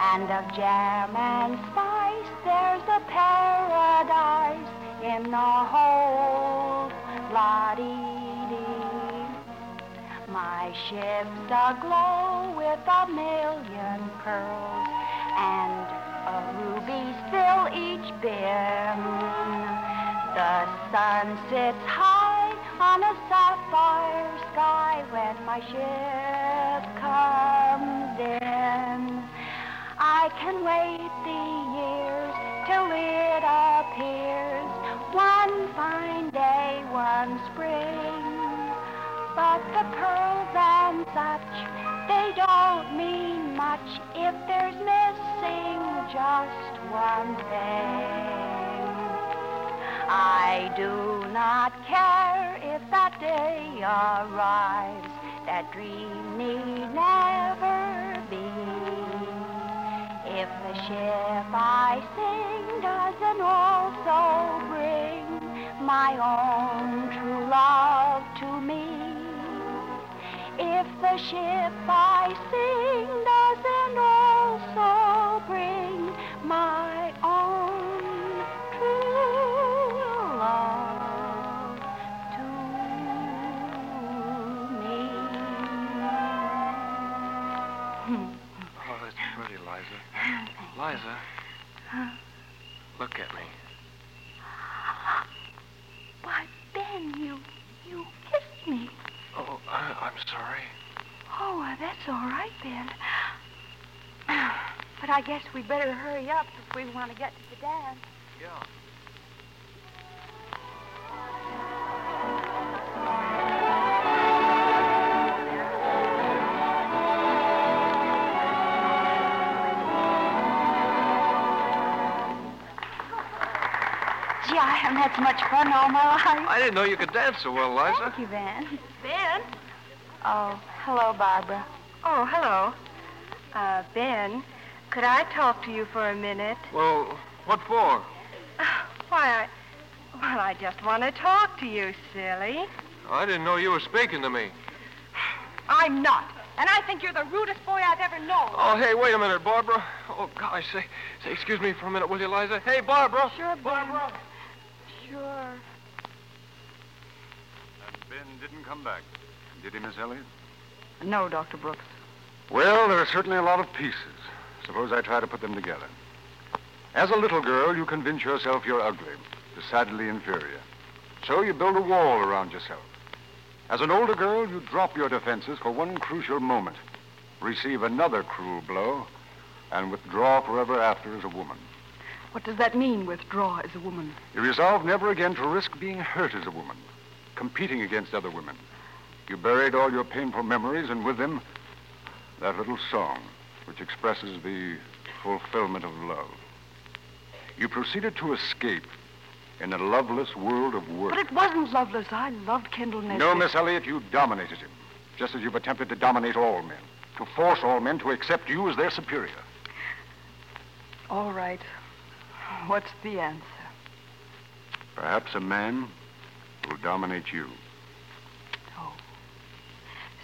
and of jam and spice there's a paradise in the hold. La dee dee. My ship's aglow with a million pearls and a ruby fill each bin. The sun sits high on a sapphire sky when my ship comes in. I can wait the years till it appears one fine day, one spring. But the pearls and such, they don't mean much if there's missing just one thing. I do not care if that day arrives, that dream need never be. If the ship I sing doesn't also bring my own true love to me. If the ship I sing doesn't also bring my own true love to me.
Oh, that's pretty, Liza. Liza, look at me.
Why, Ben, you you kissed me.
Oh, I, I'm sorry.
Oh, uh, that's all right, Ben. But I guess we better hurry up if we want to get to the dance.
Yeah.
Gee, I haven't had so much fun all my life.
I didn't know you could dance so well, Liza.
Thank you, Ben.
Ben?
Oh, hello, Barbara.
Oh, hello. Uh, Ben, could I talk to you for a minute?
Well, what for?
Why, I. Well, I just want to talk to you, silly.
I didn't know you were speaking to me.
I'm not. And I think you're the rudest boy I've ever known.
Oh, hey, wait a minute, Barbara. Oh, gosh, say, say, excuse me for a minute, will you, Liza? Hey, Barbara.
Sure,
Barbara.
Sure.
And Ben didn't come back. Did he, Miss Elliot?
No, Dr. Brooks.
Well, there are certainly a lot of pieces. Suppose I try to put them together. As a little girl, you convince yourself you're ugly, decidedly inferior. So you build a wall around yourself. As an older girl, you drop your defenses for one crucial moment, receive another cruel blow, and withdraw forever after as a woman.
What does that mean, withdraw as a woman?
You resolve never again to risk being hurt as a woman, competing against other women. You buried all your painful memories, and with them, that little song, which expresses the fulfillment of love. You proceeded to escape, in a loveless world of work.
But it wasn't loveless. I loved Kendall Nesbit.
No, Miss Elliot, you dominated him, just as you've attempted to dominate all men, to force all men to accept you as their superior.
All right. What's the answer?
Perhaps a man will dominate you.
Oh.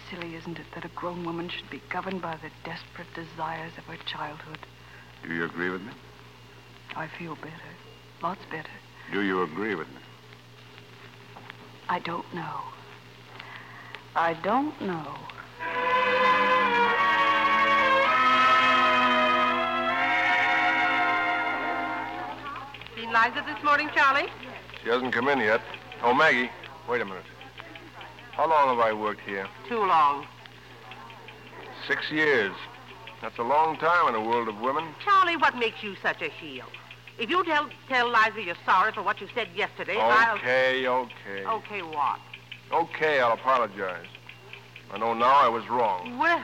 Silly, isn't it, that a grown woman should be governed by the desperate desires of her childhood?
Do you agree with me?
I feel better. Lots better.
Do you agree with me?
I don't know. I don't know.
Seen Liza this morning, Charlie?
She hasn't come in yet. Oh, Maggie, wait a minute. How long have I worked here?
Too long.
Six years. That's a long time in a world of women.
Charlie, what makes you such a heel? If you tell tell Liza you're sorry for what you said yesterday, I'll.
Okay, okay.
Okay, what?
Okay, I'll apologize. I know now I was wrong.
Well,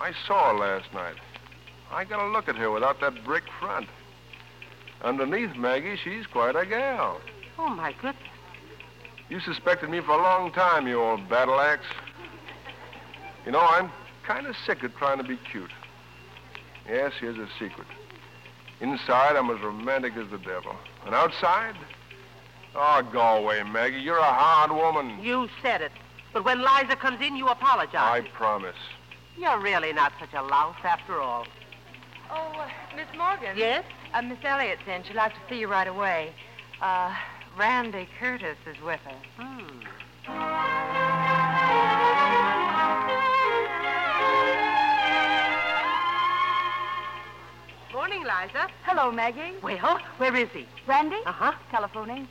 I saw her last night. I got a look at her without that brick front. Underneath Maggie, she's quite a gal.
oh my goodness.
You suspected me for a long time, you old battle axe. You know, I'm kind of sick of trying to be cute. Yes, here's a secret. Inside, I'm as romantic as the devil. And outside? Oh, go away, Maggie. You're a hard woman.
You said it. But when Liza comes in, you
I
apologize.
promise.
You're really not such a louse after all.
Oh, uh, Miss Morgan.
Yes?
Uh, Miss Elliott's in. She'd like to see you right away. Uh, Randy Curtis is with her.
Hmm. Morning, Liza.
Hello, Maggie.
Well, where is he?
Randy?
Uh-huh.
Telephoning.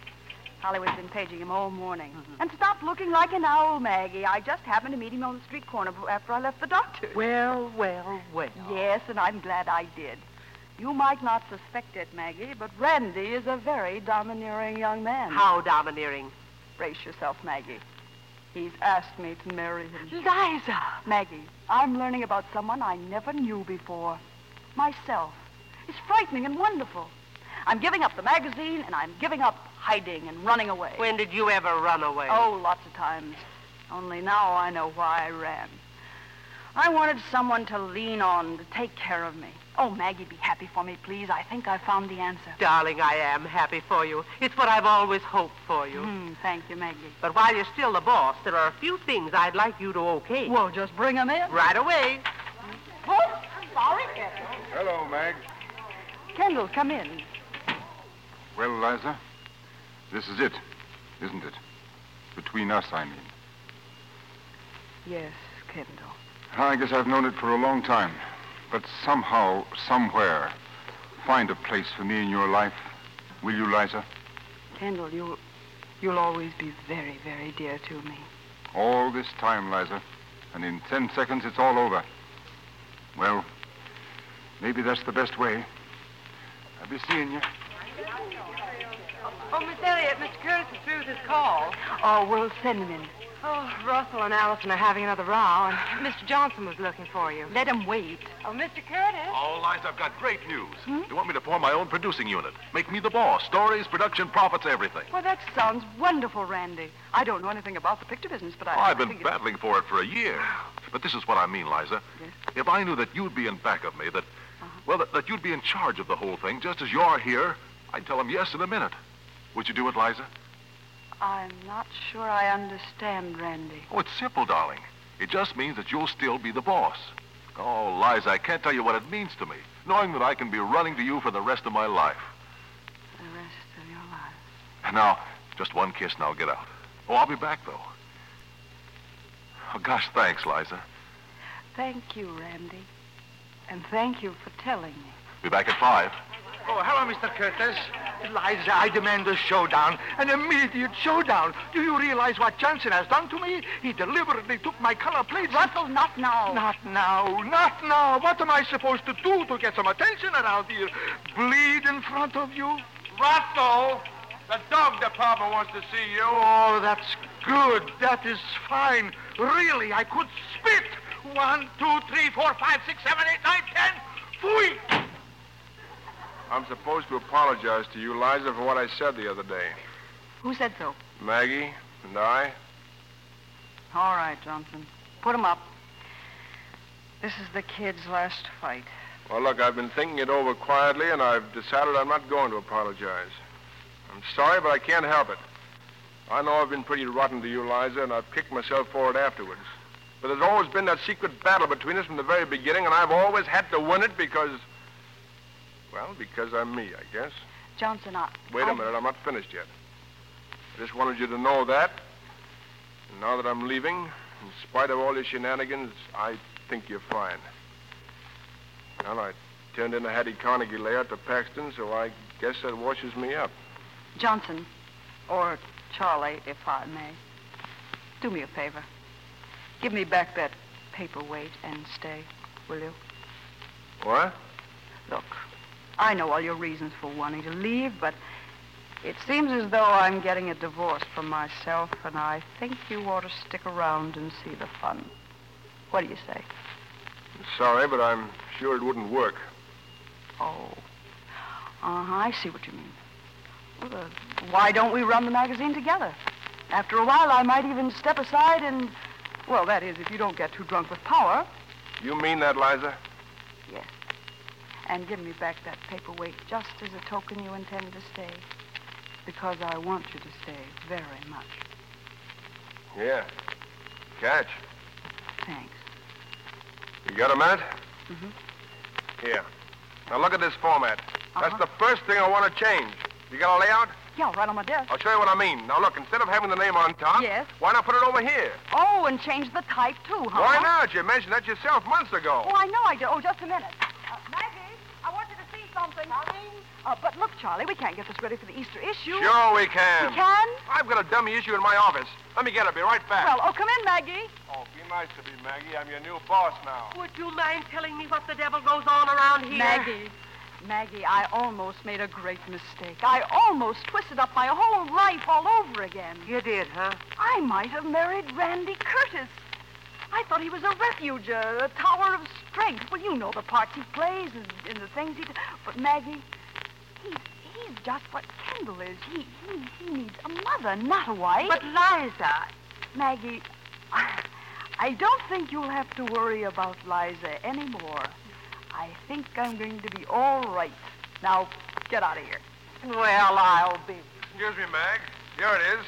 Hollywood's been paging him all morning. And stop looking like an owl, Maggie. I just happened to meet him on the street corner b- after I left the doctor's.
Well, well, well.
Yes, and I'm glad I did. You might not suspect it, Maggie, but Randy is a very domineering young man.
How domineering?
Brace yourself, Maggie. He's asked me to marry him.
Liza!
Maggie, I'm learning about someone I never knew before. Myself. It's frightening and wonderful. I'm giving up the magazine, and I'm giving up hiding and running away.
When did you ever run away?
Oh, lots of times. Only now I know why I ran. I wanted someone to lean on, to take care of me. Oh, Maggie, be happy for me, please. I think I found the answer.
Darling, I am happy for you. It's what I've always hoped for you.
Hmm, thank you, Maggie.
But while you're still the boss, there are a few things I'd like you to okay.
Well, just bring 'em in.
Right away.
Oh, sorry, Kendall.
Hello, Mag.
Kendall, come in.
Well, Liza, this is it, isn't it? Between us, I mean.
Yes, Kendall.
I guess I've known it for a long time. But somehow, somewhere, find a place for me in your life. Will you, Liza?
Kendall, you'll, you'll always be very, very dear to me.
All this time, Liza. And in ten seconds, it's all over. Well, maybe that's the best way. I'll be seeing you.
Oh, Miss Elliott, Mr. Curtis is through with his call.
Oh, we'll send him in.
Oh, Russell and Allison are having another row, and Mr. Johnson was looking for you.
Let him wait.
Oh, Mr. Curtis.
Oh, Liza, I've got great news. You want me to form my own producing unit? Make me the boss. Stories, production, profits, everything.
Well, that sounds wonderful, Randy. I don't know anything about the picture business, but I.
Oh, I've
I
been
think it-
battling for it for a year. But this is what I mean, Liza. If I knew that you'd be in back of me, that,
Uh-huh.
well, that, that you'd be in charge of the whole thing, just as you're here, I'd tell him yes in a minute. Would you do it, Liza?
I'm not sure I understand, Randy.
Oh, it's simple, darling. It just means that you'll still be the boss. Oh, Liza, I can't tell you what it means to me, knowing that I can be running to you for the rest of my life.
The rest of your life.
Now, just one kiss and I'll get out. Oh, I'll be back, though. Oh, gosh, thanks, Liza.
Thank you, Randy. And thank you for telling me.
Be back at five.
Oh, hello, Mr. Curtis. Liza, I demand a showdown, an immediate showdown. Do you realize what Johnson has done to me? He deliberately took my color plates. Russell,
not now.
Not now, not now. What am I supposed to do to get some attention around here? Bleed in front of you?
Roscoe, the dog department wants to see you.
Oh, that's good. That is fine. Really, I could spit. One, two, three, four, five, six, seven, eight, nine, ten. Fui!
I'm supposed to apologize to you, Liza, for what I said the other day.
Who said so?
Maggie and I.
All right, Johnson. Put 'em up. This is the kid's last fight.
Well, look, I've been thinking it over quietly, and I've decided I'm not going to apologize. I'm sorry, but I can't help it. I know I've been pretty rotten to you, Liza, and I've kicked myself for it afterwards. But there's always been that secret battle between us from the very beginning, and I've always had to win it because, well, because I'm me, I guess.
Johnson, I.
Wait
a
a minute, I'm not finished yet. I just wanted you to know that. And now that I'm leaving, in spite of all your shenanigans, I think you're fine. Well, I turned in a Hattie Carnegie layout to Paxton, so I guess that washes me up.
Johnson, or Charlie, if I may, do me a favor. Give me back that paperweight and stay, will you?
What?
Look, I know all your reasons for wanting to leave, but it seems as though I'm getting a divorce from myself, and I think you ought to stick around and see the fun. What do you say?
I'm sorry, but I'm sure it wouldn't work.
Oh. Uh-huh, I see what you mean. Well, uh, why don't we run the magazine together? After a while, I might even step aside and... Well, that is, if you don't get too drunk with power.
You mean that, Liza?
Yes. And give me back that paperweight just as a token you intend to stay. Because I want you to stay very much.
Yeah. Catch.
Thanks.
You got a minute?
Mm-hmm. Uh-huh.
Here. Now look at this format. That's the first thing I want to change. You got a layout?
Yeah, right on my desk.
I'll show you what I mean. Now look, instead of having the name on top,
Yes?
why not put it over here?
Oh, and change the type, too, huh?
Why not? You mentioned that yourself months ago.
Oh, I know I do. Oh, just a minute. Uh, Maggie, I want you to see something. Uh, but look, Charlie, we can't get this ready for the Easter issue.
Sure we can.
We can?
I've got a dummy issue in my office. Let me get it. Be right back.
Well, oh, come in, Maggie.
Oh, be nice to me, Maggie. I'm your new boss now.
Would you mind telling me what the devil goes on around here?
Maggie. Maggie, I almost made a great mistake. I almost twisted up my whole life all over again.
You did, huh?
I might have married Randy Curtis. I thought he was a refuge, a, a tower of strength. Well, you know the parts he plays and, and the things he... d- But, Maggie, he's, he's just what Kendall is. He, he, he needs a mother, not a wife.
But, Liza...
Maggie, (sighs) I don't think you'll have to worry about Liza anymore. I think I'm going to be all right. Now, get out of here.
Well, I'll be.
Excuse me, Mag. Here it is.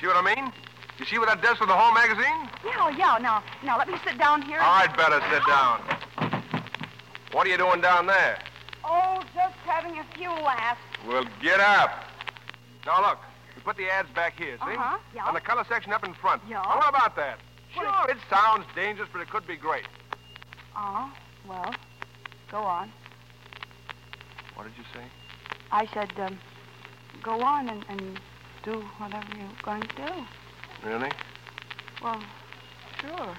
See what I mean? You see what that desk with the whole magazine?
Yeah, yeah. Now, now let me sit down here. and-
I'd better sit down. What are you doing down there?
Oh, just having a few laughs.
Well, get up. Now look, we put the ads back here, see?
Uh-huh, yeah.
And the color section up in front.
Yeah.
Now, what about that? Sure, it sounds dangerous, but it could be great.
Ah, well, go on.
What did you say?
I said, um, go on and, and do whatever you're going to do.
Really?
Well, sure.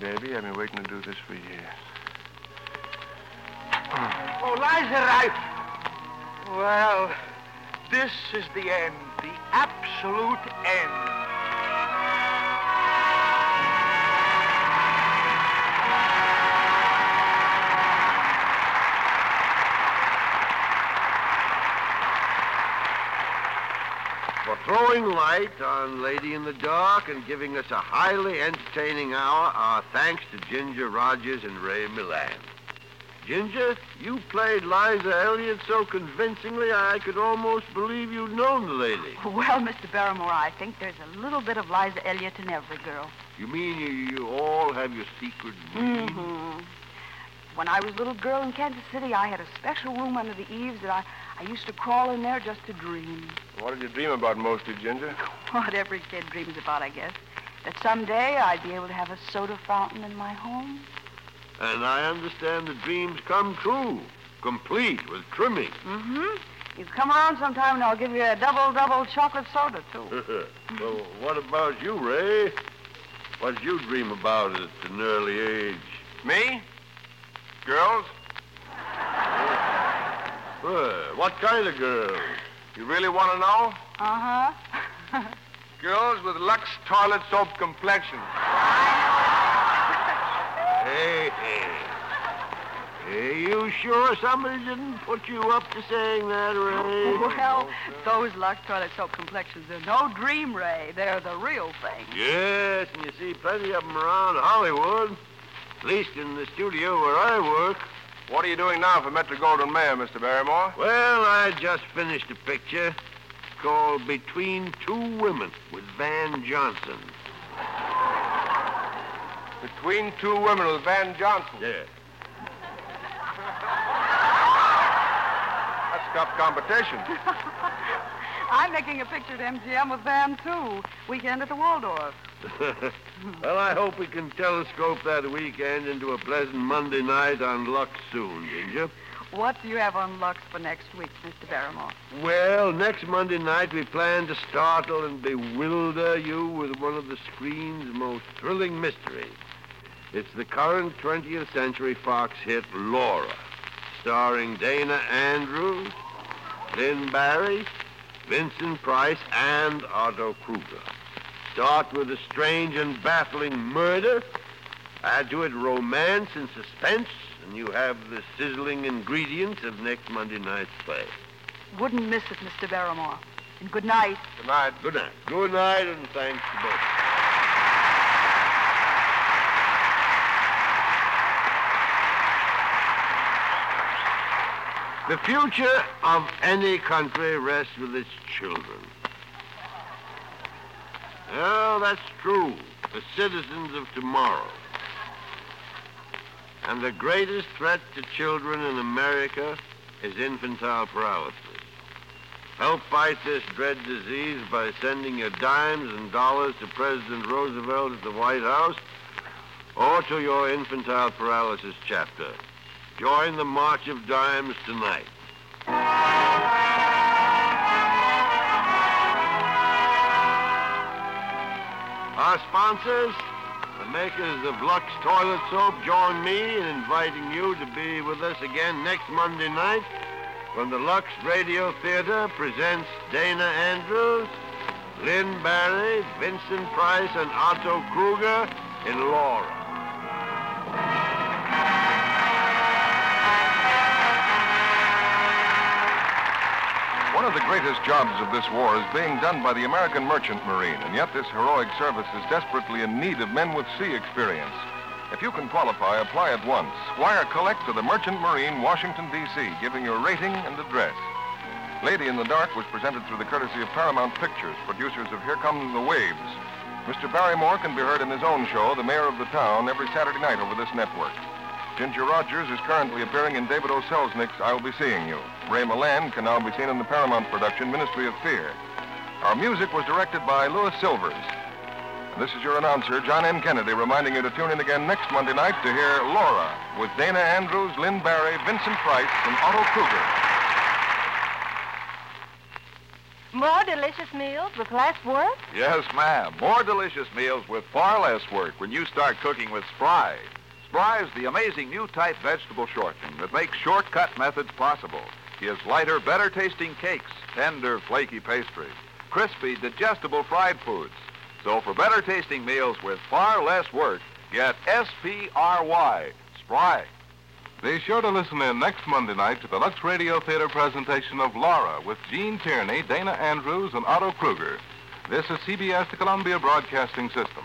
Baby, I've been waiting to do this for years.
Oh, Liza, I. Well, this is the end, the absolute end.
for throwing light on Lady in the Dark and giving us a highly entertaining hour. Our thanks to Ginger Rogers and Ray Milan. Ginger, you played Liza Elliott so convincingly I could almost believe you'd known the lady.
Well, Mr. Barrymore, I think there's a little bit of Liza Elliott in every girl.
You mean you, you all have your secret dreams?
Mm-hmm. When I was a little girl in Kansas City, I had a special room under the eaves that I, I used to crawl in there just to dream.
What did you dream about mostly, Ginger?
What every kid dreams about, I guess. That someday I'd be able to have a soda fountain in my home.
And I understand the dreams come true, complete with trimming.
Mm-hmm. You come around sometime and I'll give you a double, double chocolate soda, too.
(laughs) well, what about you, Ray? What did you dream about at an early age?
Me? Girls?
Well, what kind of girls?
You really want to know?
Uh-huh.
Girls with Lux toilet soap
(laughs)
complexions.
Hey, hey. Hey, you sure somebody didn't put you up to saying that, Ray?
(laughs) Well, those Lux toilet soap complexions are no dream, Ray. They're the real thing.
Yes, and you see plenty of them around Hollywood. At least in the studio where I work.
What are you doing now for Metro Golden Mayer, Mr. Barrymore?
Well, I just finished a picture called Between Two Women with Van Johnson.
Between two women with Van Johnson.
Yeah.
That's tough competition.
(laughs) I'm making a picture at MGM with Van, too. Weekend at the Waldorf.
(laughs) well, I hope we can telescope that weekend into a pleasant Monday night on Lux soon, Ginger.
What do you have on Lux for next week, Mr. Barrymore?
Well, next Monday night we plan to startle and bewilder you with one of the screen's most thrilling mysteries. It's the current 20th Century Fox hit Laura, starring Dana Andrews, Lynn Barry, Vincent Price, and Otto Kruger. Start with a strange and baffling murder. Add to it romance and suspense, and you have the sizzling ingredients of next Monday night's play.
Wouldn't miss it, Mr. Barrymore. And good night.
Good night.
Good night. Good night, and thanks to both. The future of any country rests with its children. Well, that's true. The citizens of tomorrow. And the greatest threat to children in America is infantile paralysis. Help fight this dread disease by sending your dimes and dollars to President Roosevelt at the White House or to your infantile paralysis chapter. Join the March of Dimes tonight. Our sponsors, the makers of Lux Toilet Soap, join me in inviting you to be with us again next Monday night when the Lux Radio Theater presents Dana Andrews, Lynn Barry, Vincent Price, and Otto Kruger in Laura.
One of the greatest jobs of this war is being done by the American Merchant Marine, and yet this heroic service is desperately in need of men with sea experience. If you can qualify, apply at once. Wire collect to the Merchant Marine, Washington, D.C., giving your rating and address. Lady in the Dark was presented through the courtesy of Paramount Pictures, producers of Here Come the Waves. Mr. Barrymore can be heard in his own show, The Mayor of the Town, every Saturday night over this network. Ginger Rogers is currently appearing in David O. Selznick's I'll Be Seeing You. Ray Milan can now be seen in the Paramount production Ministry of Fear. Our music was directed by Louis Silvers. And this is your announcer, John M. Kennedy, reminding you to tune in again next Monday night to hear Laura with Dana Andrews, Lynn Barry, Vincent Price, and Otto Kruger.
More delicious meals with less work?
Yes, ma'am. More delicious meals with far less work when you start cooking with Spry. Spry's the amazing new type vegetable shortening that makes shortcut methods possible. Gives lighter, better tasting cakes, tender, flaky pastries, crispy, digestible fried foods. So for better tasting meals with far less work, get S-P-R-Y, Spry.
Be sure to listen in next Monday night to the Lux Radio Theater presentation of Laura with Gene Tierney, Dana Andrews, and Otto Kruger. This is CBS, the Columbia Broadcasting System.